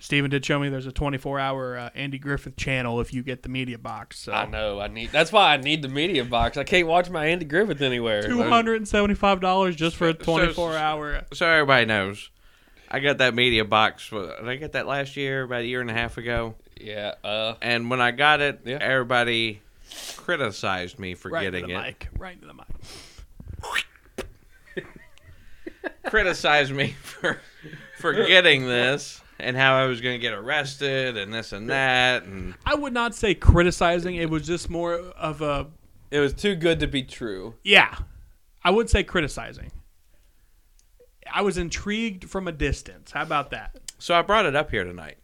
S1: Steven did show me there's a 24 hour uh, Andy Griffith channel if you get the media box. So
S2: I know. I need. That's why I need the media box. I can't watch my Andy Griffith anywhere.
S1: Two hundred and seventy-five dollars just for a
S3: So- so-
S1: twenty-four hour.
S3: So everybody knows. I got that media box. uh, Did I get that last year? About a year and a half ago.
S2: Yeah. Uh.
S3: And when I got it,
S2: Yeah.
S3: everybody criticized me for
S1: Right
S3: getting
S1: to the
S3: it.
S1: mic. Right to the mic.
S3: criticized me *laughs* for for getting this and how I was going to get arrested and this and that and
S1: I would not say criticizing. It was just more of a
S2: It was too good to be true.
S1: yeah. I wouldn't say criticizing. I was intrigued from a distance. How about that?
S3: so I brought it up here tonight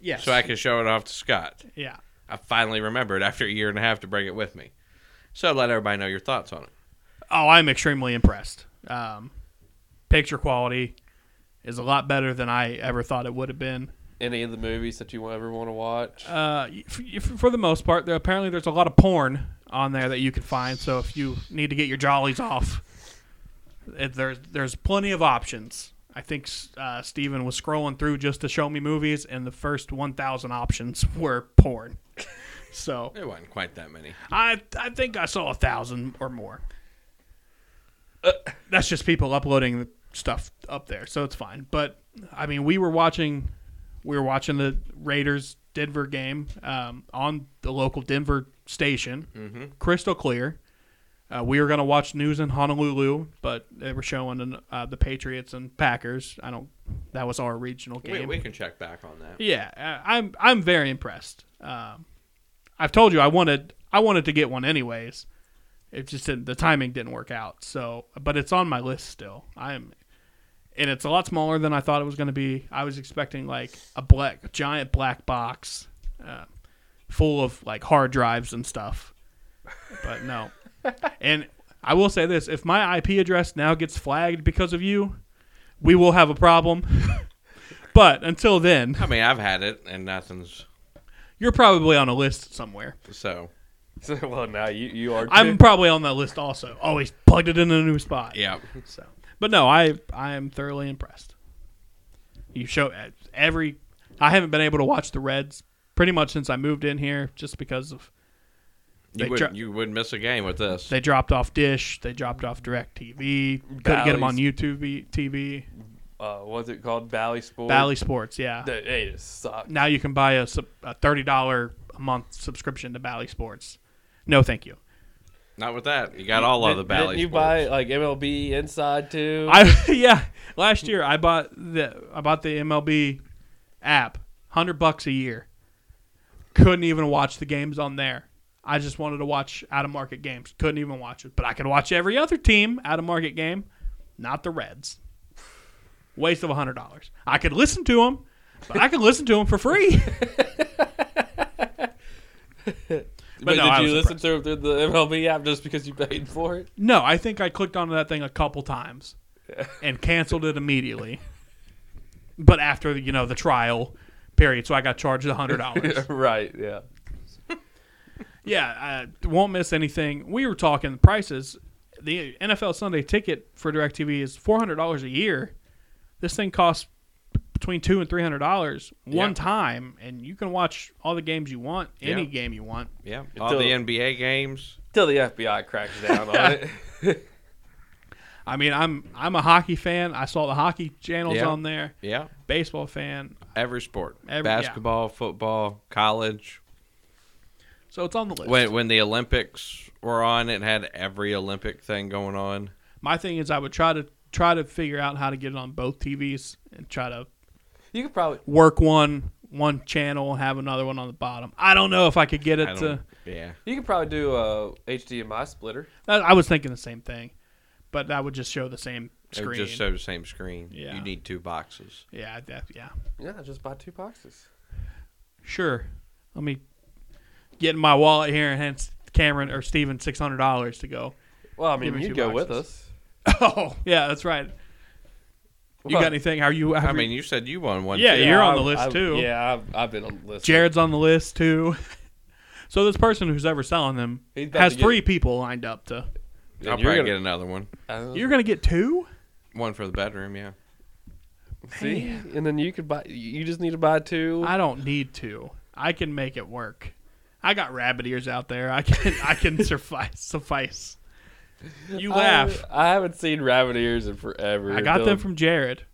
S1: Yes.
S3: so I could show it off to Scott.
S1: yeah.
S3: I finally remembered after a year and a half to bring it with me. So let everybody know your thoughts on it.
S1: Oh, I'm extremely impressed. Um, picture quality is a lot better than I ever thought it would have been.
S2: Any of the movies that you ever want to watch?
S1: Uh, for, for the most part, there apparently there's a lot of porn on there that you can find. So if you need to get your jollies off, it, there's there's plenty of options. I think uh, Steven was scrolling through just to show me movies, and the first 1,000 options *laughs* were porn. so
S3: There wasn't quite that many.
S1: I I think I saw a thousand or more.
S3: Uh,
S1: That's just people uploading stuff up there, so it's fine. But I mean, we were watching, we were watching the Raiders Denver game um, on the local Denver station,
S3: Mm-hmm.
S1: crystal clear. Uh, we were gonna watch news in Honolulu, but they were showing uh, the Patriots and Packers. I don't. That was our regional
S3: We,
S1: game.
S3: we can check back on that.
S1: Yeah, uh, I'm I'm very impressed. Um, I've told you I wanted I wanted to get one anyways. It just didn't, the timing didn't work out. So, but it's on my list still. I'm, and it's a lot smaller than I thought it was going to be. I was expecting like a black giant black box, uh, full of like hard drives and stuff, but no. and I will say this: if my IP address now gets flagged because of you, we will have a problem. *laughs* but until then.
S3: I mean, I've had it and nothing's
S1: You're probably on a list somewhere.
S3: So
S2: Uh, *laughs* well, now you you are.
S1: I'm probably on that list also. Always plugged it in a new spot.
S3: yeah,
S1: So, but no, I I am thoroughly impressed. You show every. I haven't been able to watch the Reds pretty much since I moved in here, just because of
S3: you
S1: They
S3: wouldn't
S1: dro-
S3: you wouldn't miss a game with this.
S1: they dropped off Dish, they dropped off Direct TV, couldn't get them on
S2: Bally's.
S1: YouTube TV,
S2: uh, what's it called? Valley Sport.
S1: Bally Sports, yeah.
S2: They, they just suck.
S1: now you can buy a, sub- a thirty dollar a month subscription to Bally Sports. No, thank you.
S3: Not with that. You got
S1: Oh,
S3: all of the
S2: Didn't- didn't
S3: Bally
S2: you buy like MLB Inside too?
S1: I *laughs* yeah. Last year I bought the I bought the MLB app, hundred bucks a year. Couldn't even watch the games on there. I just wanted to watch out of market games. Couldn't even watch it, but I could watch every other team out of market game, not the Reds. Waste of hundred dollars. I could listen to them, but I could listen to them for free. *laughs*
S2: but
S1: no,
S2: did
S1: I
S2: you
S1: was
S2: listen to it through the MLB app just because you paid for
S1: *laughs*
S2: it?
S1: No, I think I clicked onto that thing a couple times and canceled it immediately. But after you know the trial period, so I got charged a hundred
S3: *laughs*
S1: dollars.
S2: right. Yeah.
S1: Yeah, I won't miss anything. We were talking prices. The NFL Sunday ticket for DirecTV is four hundred dollars a year. This thing costs between two and three hundred dollars one
S3: Yeah.
S1: time, and you can watch all the games you want, any
S3: Yeah.
S1: game you want.
S3: Yeah, all the NBA games.
S2: Till the FBI cracks down on
S1: *laughs*
S2: it.
S1: I mean, I'm I'm a hockey fan. I saw the hockey channels
S3: Yeah.
S1: on there.
S3: Yeah,
S1: Baseball fan,
S3: every sport.
S1: Every-
S3: Basketball, football, college.
S1: so it's on the list.
S3: When when the Olympics were on, it had every Olympic thing going on.
S1: My thing is, I would try to try to figure out how to get it on both TVs and try to
S2: You could probably
S1: work one one channel and have another one on the bottom. I don't know if I could get
S3: I
S1: it
S3: don't-
S1: to.
S3: yeah.
S2: you could probably do uh, a HDMI splitter.
S1: I I was thinking the same thing, but that would just show the same
S3: It would
S1: screen.
S3: just show the same screen.
S1: Yeah.
S3: You need two boxes.
S1: yeah, I def- yeah.
S2: Yeah, just buy two boxes.
S1: Sure. Let me get in my wallet here and hence Cameron or Steven six hundred dollars to
S3: *laughs*
S1: go.
S2: Well, I
S1: Give
S2: mean,
S1: me
S2: you
S1: two
S2: go with
S1: boxes.
S2: us.
S1: Oh yeah, that's right. You
S2: Well,
S1: got anything? How are you?
S3: I mean, you said you won one.
S1: Yeah,
S3: too.
S1: you- you're on
S2: I've-
S1: the list,
S2: I've-
S1: too.
S2: Yeah, I've, I've been on the list.
S1: Jared's on the list too. so this person who's ever selling them
S2: He's about
S1: has
S2: to get-
S1: three people lined up to.
S3: I'll
S2: And you're
S3: probably
S2: gonna-
S3: get another one.
S2: Uh,
S1: You're gonna get two.
S3: One for the bedroom. Yeah.
S2: see, and then you could buy. You just need to buy two.
S1: I don't need to. I can make it work. I got rabbit ears out there. I can I
S2: *laughs*
S1: can suffice suffice.
S2: Uh,
S1: You laugh.
S2: I, I haven't seen rabbit ears in forever.
S1: I got
S2: They'll-
S1: them from Jared,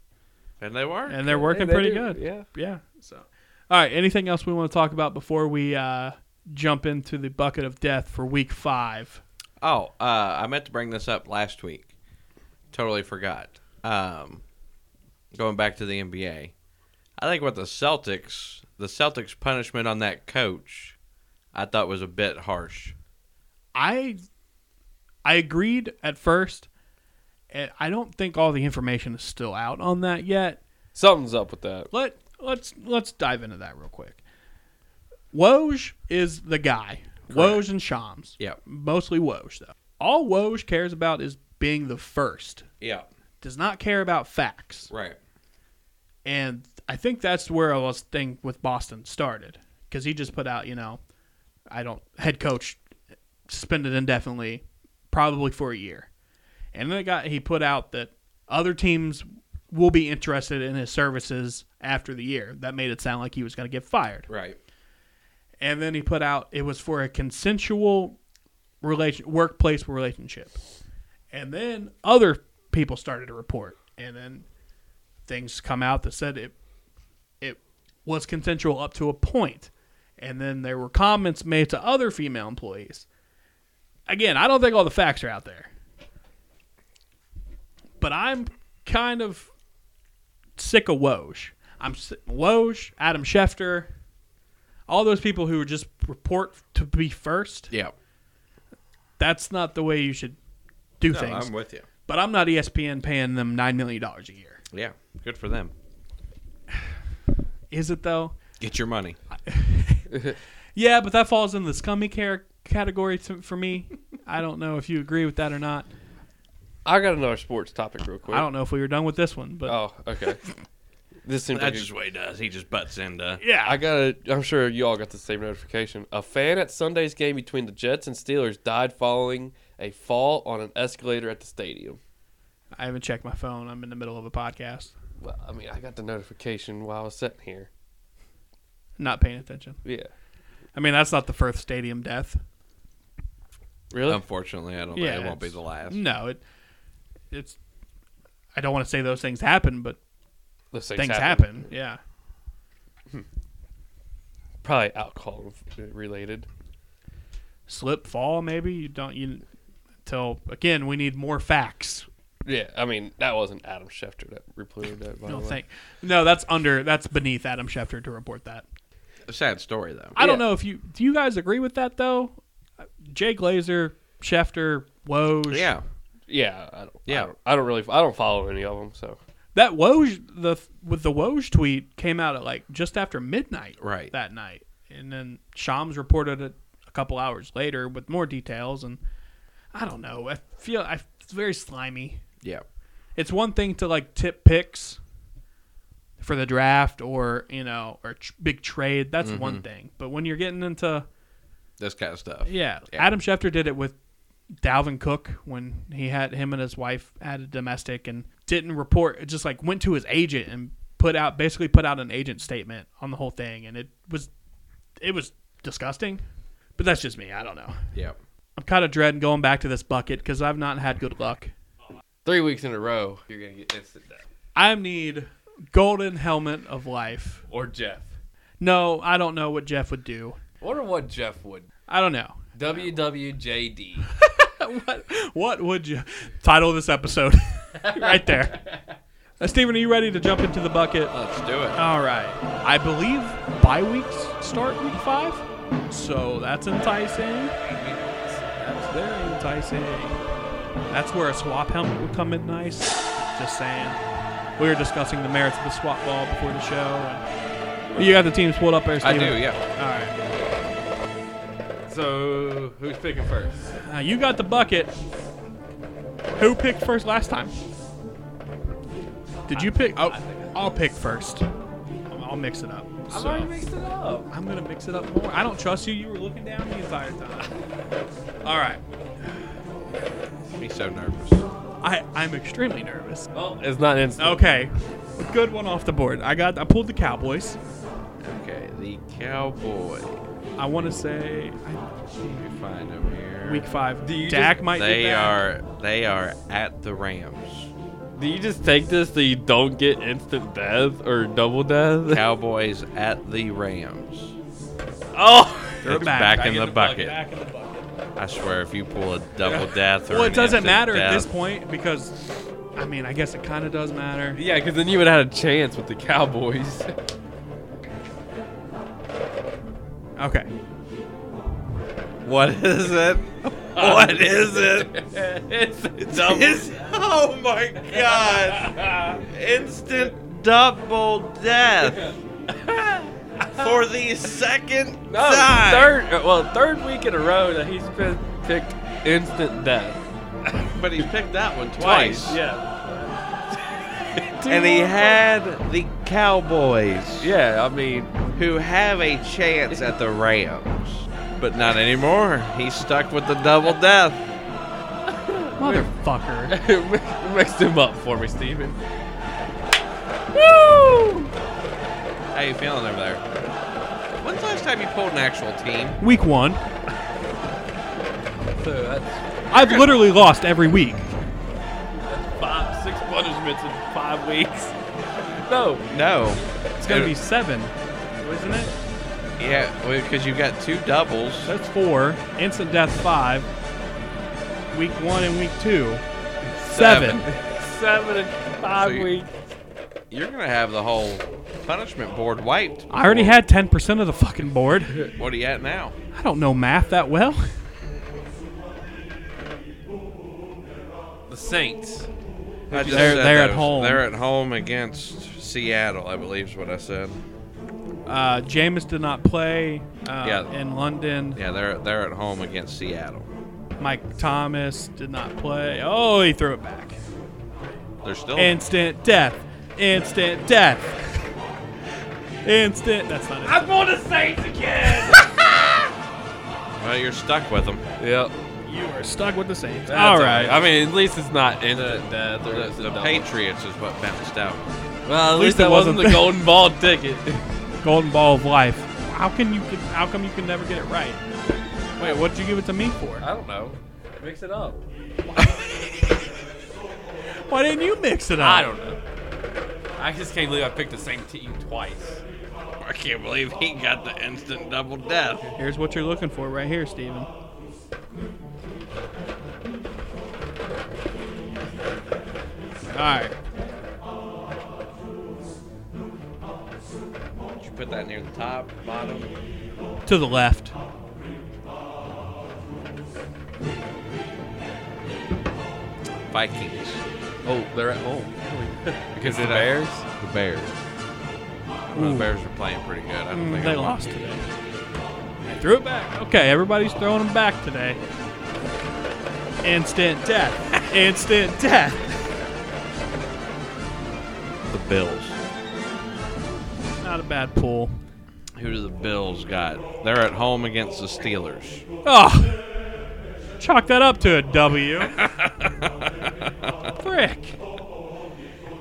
S3: And they were.
S1: and they're
S2: Hey,
S1: working
S2: they
S1: pretty
S2: do,
S1: good.
S2: Yeah.
S1: Yeah. So, all right. Anything else we want to talk about before we uh, jump into the bucket of death for week five?
S3: Oh, uh, I meant to bring this up last week. Totally forgot. Um, going back to the NBA, I think with the Celtics, the Celtics punishment on that coach, I thought was a bit harsh.
S1: I I agreed at first, and I don't think all the information is still out on that yet.
S2: Something's up with that.
S1: let let's let's dive into that real quick. Woj is the guy. Woj and Shams.
S3: Yep.
S1: Mostly Woj though. All Woj cares about is being the first.
S3: Yeah.
S1: Does not care about facts.
S3: Right.
S1: And I think that's where I was thing with Boston started because he just put out, you know, I don't head coach suspended indefinitely, probably for a year, and then it got he put out that other teams will be interested in his services after the year. That made it sound like he was going to get fired,
S3: Right.
S1: and then he put out it was for a consensual relation workplace relationship, and then other people started to report, and then things come out that said it it was consensual up to a point and then there were comments made to other female employees again i don't think all the facts are out there but i'm kind of sick of woj i'm s- woj adam schefter all those people who just report to be first
S3: Yeah.
S1: that's not the way you should do
S3: No,
S1: things
S3: I'm with you.
S1: but i'm not E espn paying them $9 million a year
S3: Yeah. Good for them.
S1: is it though
S3: Get your money.
S1: Yeah, but that falls in the scummy care category to, for me. I don't know if you agree with that or not.
S2: I got another sports topic real quick.
S1: *laughs*
S3: Oh.
S1: I don't know if we were done with this one, but
S2: Oh, okay. This seems like
S3: That's
S2: a-
S3: just what he does. He just butts into.
S1: Yeah,
S2: I got a. I'm sure you all got the same notification. A fan at Sunday's game between the Jets and Steelers died following a fall on an escalator at the stadium.
S1: I haven't checked my phone. I'm in the middle of a podcast,
S2: Well, I mean, I got the notification while I was sitting here.
S1: not paying attention.
S2: Yeah.
S1: I mean, that's not the first stadium death.
S2: Really?
S1: Oh,
S3: Unfortunately, I don't
S1: Yeah,
S3: think Oh, it won't be
S1: it's-
S3: the last.
S1: No, it it's. I don't want to say those things happen, but
S2: Those
S1: things, happen. Yeah,
S2: Probably alcohol related.
S1: slip, fall, maybe you don't. You until again, we need more facts.
S2: Yeah. I mean, that wasn't Adam Schefter that reported that. By
S1: No,
S2: the way.
S1: thank. No, that's under. That's beneath Adam Schefter to report that.
S3: A sad story though.
S1: I don't
S2: Yeah.
S1: know if you do. You guys agree with that though? Jay Glazer, Schefter, Woj.
S3: yeah,
S2: Yeah. I don't.
S3: Yeah.
S2: I don't, I don't really. I don't follow any of them. So.
S1: That Woj the with the Woj tweet came out at like just after midnight.
S3: Right.
S1: That night, and then Shams reported it a couple hours later with more details. And I don't know. I feel I, it's very slimy.
S3: yeah.
S1: It's one thing to like tip picks for the draft or you know or tr- big trade. That's one thing. But when you're getting into
S3: This kind of stuff.
S1: Yeah.
S3: Yeah.
S1: Adam Schefter did it with Dalvin Cook when he had him and his wife had a domestic and didn't report. It just like went to his agent and put out basically put out an agent statement on the whole thing, and it was it was disgusting. But that's just me. I don't know.
S3: yeah.
S1: I'm kind of dreading going back to this bucket because I've not had good luck.
S2: Three weeks in a row, you're gonna get instant death.
S1: I need golden helmet of life.
S2: Or Jeff.
S1: No, I don't know what Jeff would do.
S2: I wonder what Jeff would.
S1: I don't know.
S2: WWJD.
S1: what what would you title this episode *laughs* right there uh, steven are you ready to jump into the bucket
S3: Let's do it.
S1: all right i believe bye weeks start week five so that's enticing that's very enticing that's where a swap helmet would come in nice just saying we were discussing the merits of the swap ball before the show and you got the teams pulled up there
S3: I
S1: steven
S3: do. Yeah.
S1: all right
S2: So who's picking first?
S1: now Uh, you got the bucket who picked first last time Did you pick? Oh, I'll pick first. I'll mix it up. So,
S2: mixed it up.
S1: I'm gonna mix it up more. I don't trust you. You were looking down the entire time. All right.
S3: He's so nervous.
S1: I I'm extremely nervous.
S2: Well, it's not instant.
S1: Okay. Good one off the board. I got. I pulled the Cowboys.
S3: Okay. The cowboy.
S1: I want to say I-
S3: Let me find him here.
S1: week five.
S2: you
S1: Dak
S2: just-
S1: might. get
S3: They
S1: back.
S3: are. They are at
S1: *laughs*
S3: the Rams.
S2: Do you just take this so you don't get instant death or double death?
S3: Cowboys at the Rams.
S2: Oh,
S1: They're
S3: It's back, in, the, bucket.
S1: Back in the bucket.
S3: I swear, if you pull a
S1: *laughs*
S3: double death or
S1: Well,
S3: an
S1: it doesn't
S3: instant
S1: matter at
S3: death-
S1: this point because, I mean, I guess it kind of does matter.
S2: yeah, because then you would have had a chance with the Cowboys. *laughs*
S1: Okay.
S3: What
S1: *laughs*
S3: is it? What is it?
S2: it's
S3: It's- oh my god! Instant double
S1: *laughs*
S3: death for the second
S2: no,
S3: time.
S2: third. Well, third week in a row that he's been picked instant death.
S3: But he picked that one twice.
S2: Yeah.
S3: And he had the Cowboys,
S2: Yeah, I mean, *laughs*
S3: who have a chance at the Rams, but not anymore. He's stuck with the double death.
S1: Motherfucker.
S2: mixed him up for me, Steven.
S3: How you feeling over there? When's the last time you pulled an actual team?
S1: Week one.
S2: So that's
S1: I've literally lost every week.
S2: five, six punishments in five weeks. No,
S3: No.
S1: It's gonna be seven, isn't it?
S3: Yeah, because you've got two doubles.
S1: That's four. Instant death five. Week one and week two. Seven.
S2: seven and five
S3: So you-
S2: weeks.
S3: You're gonna have the whole punishment board wiped.
S1: I already had ten percent of the fucking board.
S3: What are you at now?
S1: I don't know math that well.
S2: The Saints.
S3: I just
S1: They're-
S3: said
S1: they're at
S3: those.
S1: home.
S3: They're at home against Seattle, I believe is what I said.
S1: Uh, Jameis did not play uh,
S3: Yeah.
S1: in London.
S3: Yeah, they're they're at home against Seattle.
S1: Mike Thomas did not play. Oh, he threw it back.
S3: They're still
S1: Instant death. Instant death. Instant. That's not it.
S6: I'm going to Saints again.
S3: Well, you're stuck with them.
S2: Yep.
S1: You are stuck with the Saints.
S2: That's
S1: all right.
S2: I mean, at least it's not instant
S3: The-
S2: death. Or
S3: The,
S2: it's a
S3: the
S2: double.
S3: Patriots is what bounced out.
S2: Well, at least
S1: it
S2: that wasn't
S1: wasn't
S2: the golden ball ticket.
S1: Golden Ball of Life. How can you? Can, how come you can never get it right? Wait, what did you give it to me for?
S2: *laughs* I don't know. Mix it up.
S1: Why didn't you mix it up?
S2: I don't know. I just can't believe I picked the same team twice. *laughs*
S3: I can't believe he got the instant double death.
S1: Here's what you're looking for right here, Steven. Alright.
S3: Did you put that near the top, bottom?
S1: To the left.
S3: Vikings.
S2: Oh, they're at home. Because
S3: the
S2: the
S3: Bears?
S2: Bears?
S3: The Bears. Well,
S1: Ooh.
S3: the Bears are playing pretty good. I don't
S1: Mm,
S3: think
S1: they
S3: I want-
S1: lost today. They threw it back. Okay, everybody's throwing them back today. Instant *laughs* death. Instant death.
S3: the Bills.
S1: Not a bad pull.
S3: Who do the Bills got? They're at home against the Steelers.
S1: Oh, chalk that up to a *laughs* W. Frick.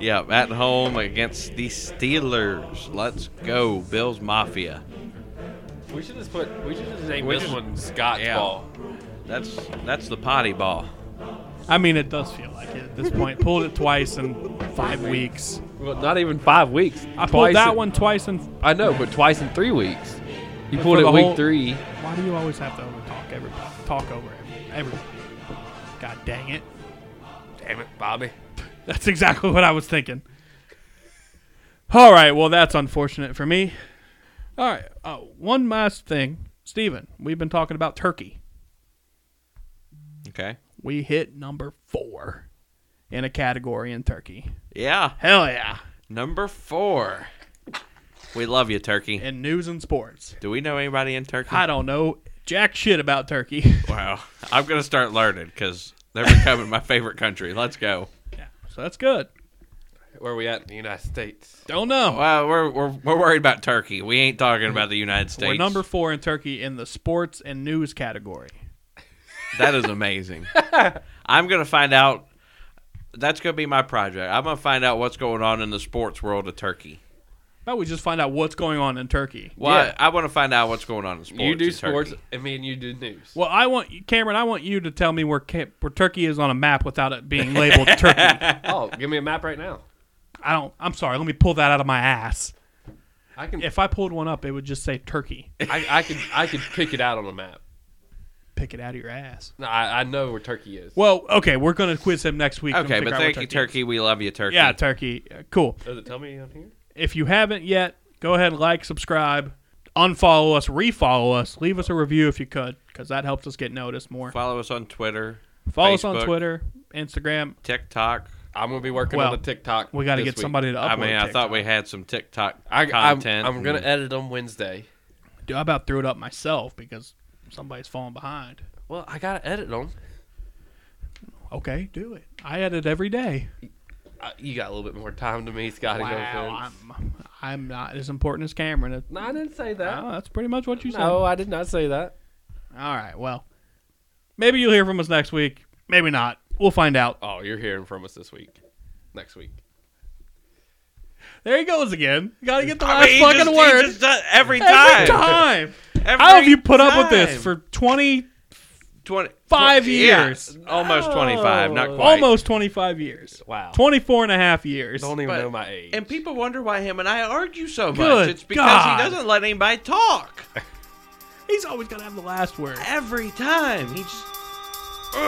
S3: Yep, at home against the Steelers. Let's go, Bills Mafia.
S2: We should just put. We should just name
S3: We
S2: this
S3: just-
S2: one Scott's
S3: yeah.
S2: ball.
S3: That's that's the potty ball.
S1: I mean, it does feel like it at this point. Pulled it twice in five weeks.
S2: Well, not even five weeks.
S1: I pulled that one twice in.
S2: I know, but twice in three weeks. You
S1: But
S2: pulled
S1: for
S2: it
S1: the
S2: week
S1: whole-
S2: three.
S1: Why do you always have to over talk everybody? Talk over every- everybody. God dang it.
S2: Damn it, Bobby.
S1: That's exactly what I was thinking. All right. Well, that's unfortunate for me. All right. Uh, one last thing, Steven. We've been talking about turkey.
S3: Okay.
S1: We hit number four in a category in turkey.
S3: Yeah.
S1: Hell yeah.
S3: Number four. We love you, Turkey.
S1: In news and sports.
S3: Do we know anybody in Turkey?
S1: I don't know jack shit about turkey. *laughs*
S3: Wow. I'm gonna start learning because they're becoming my favorite country. Let's go.
S1: So that's good.
S2: Where we at in the United States?
S1: Don't know.
S3: Well, we're we're, we're worried about Turkey. We ain't talking about the United States.
S1: We're number four in turkey in the sports and news category.
S3: That is
S1: *laughs*
S3: amazing. I'm gonna find out. That's gonna be my project. I'm gonna find out what's going on in the sports world of Turkey.
S1: How about we just find out what's going on in turkey?
S3: Well,
S2: Yeah.
S3: I, want to find out what's going on in sports.
S2: you do
S3: in
S2: sports.
S3: Turkey.
S2: I mean, you do news.
S1: Well, I want Cameron. I want you to tell me where Ca- where Turkey is on a map without it being
S3: *laughs*
S1: labeled Turkey. I
S2: Oh, give me a map right now.
S1: don't. I'm sorry. Let me pull that out of my ass.
S2: I can.
S1: If I pulled one up, it would just say Turkey.
S2: I, I could. I could pick it out on a map.
S1: Pick it out of your ass.
S2: No, I, I know where Turkey is.
S1: Well, okay, we're gonna quiz him next week. and
S3: Okay,
S1: figure
S3: but
S1: out where
S3: thank you,
S1: is.
S3: Turkey. We love you, Turkey.
S1: Yeah, Turkey. Uh, Cool.
S2: Does it tell me on here?
S1: If you haven't yet, go ahead and like, subscribe, unfollow us, refollow us, leave us a review if you could, because that helps us get noticed more.
S3: Follow us on Twitter,
S1: Follow us on
S3: Facebook.
S1: Twitter, Instagram.
S3: TikTok.
S2: I'm gonna be working
S1: Well,
S2: on the TikTok.
S1: We got to
S2: this
S1: get
S2: week.
S1: somebody to upload.
S3: I mean, I
S1: TikTok.
S3: thought we had some TikTok
S2: I, I'm,
S3: content.
S2: I'm gonna
S3: and-
S2: edit them Wednesday.
S1: Dude, I about threw it up myself because somebody's falling behind.
S2: Well, I gotta edit them.
S1: Okay, do it. I edit every day.
S2: I, uh, you got a little bit more time to me, Scotty. no
S1: Wow,
S2: offense.
S1: I'm, I'm not as important as Cameron. It-
S2: No, I didn't say that.
S1: Oh, that's pretty much what you said.
S2: no, I did not say that.
S1: All right, well, maybe you'll hear from us next week. Maybe not. We'll find out.
S2: Oh, you're hearing from us this week. Next week.
S1: There he goes again. Got to get the
S3: I
S1: last
S3: mean, he
S1: fucking
S3: just- he
S1: word.
S3: just does- every time.
S1: every time.
S3: Every
S1: How have you put up with this
S3: time.
S1: for 20,
S3: 20,
S1: Five
S3: twen-
S1: years.
S3: yeah, almost 25, not
S2: No.
S3: quite.
S1: almost 25 years?
S2: Wow.
S1: 24 and a half years.
S2: Don't even
S3: But-
S2: know my age.
S3: And people wonder why him and I argue so much.
S1: Good
S3: it's because
S1: God.
S3: he doesn't let anybody talk. e-
S1: He's always got to have the last
S3: *laughs*
S1: word.
S3: Every time.
S1: *laughs*
S3: He just.
S2: So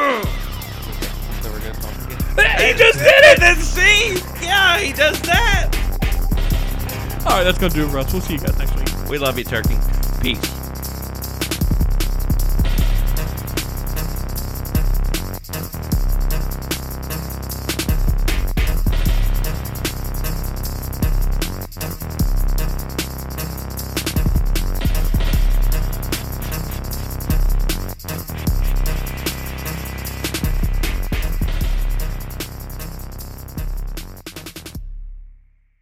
S2: we're gonna talk again.
S1: he just did it!
S3: And see? Yeah, he does that.
S1: All right, that's going to do it for us. We'll see you guys next week.
S3: We love you, Turkey. Peace.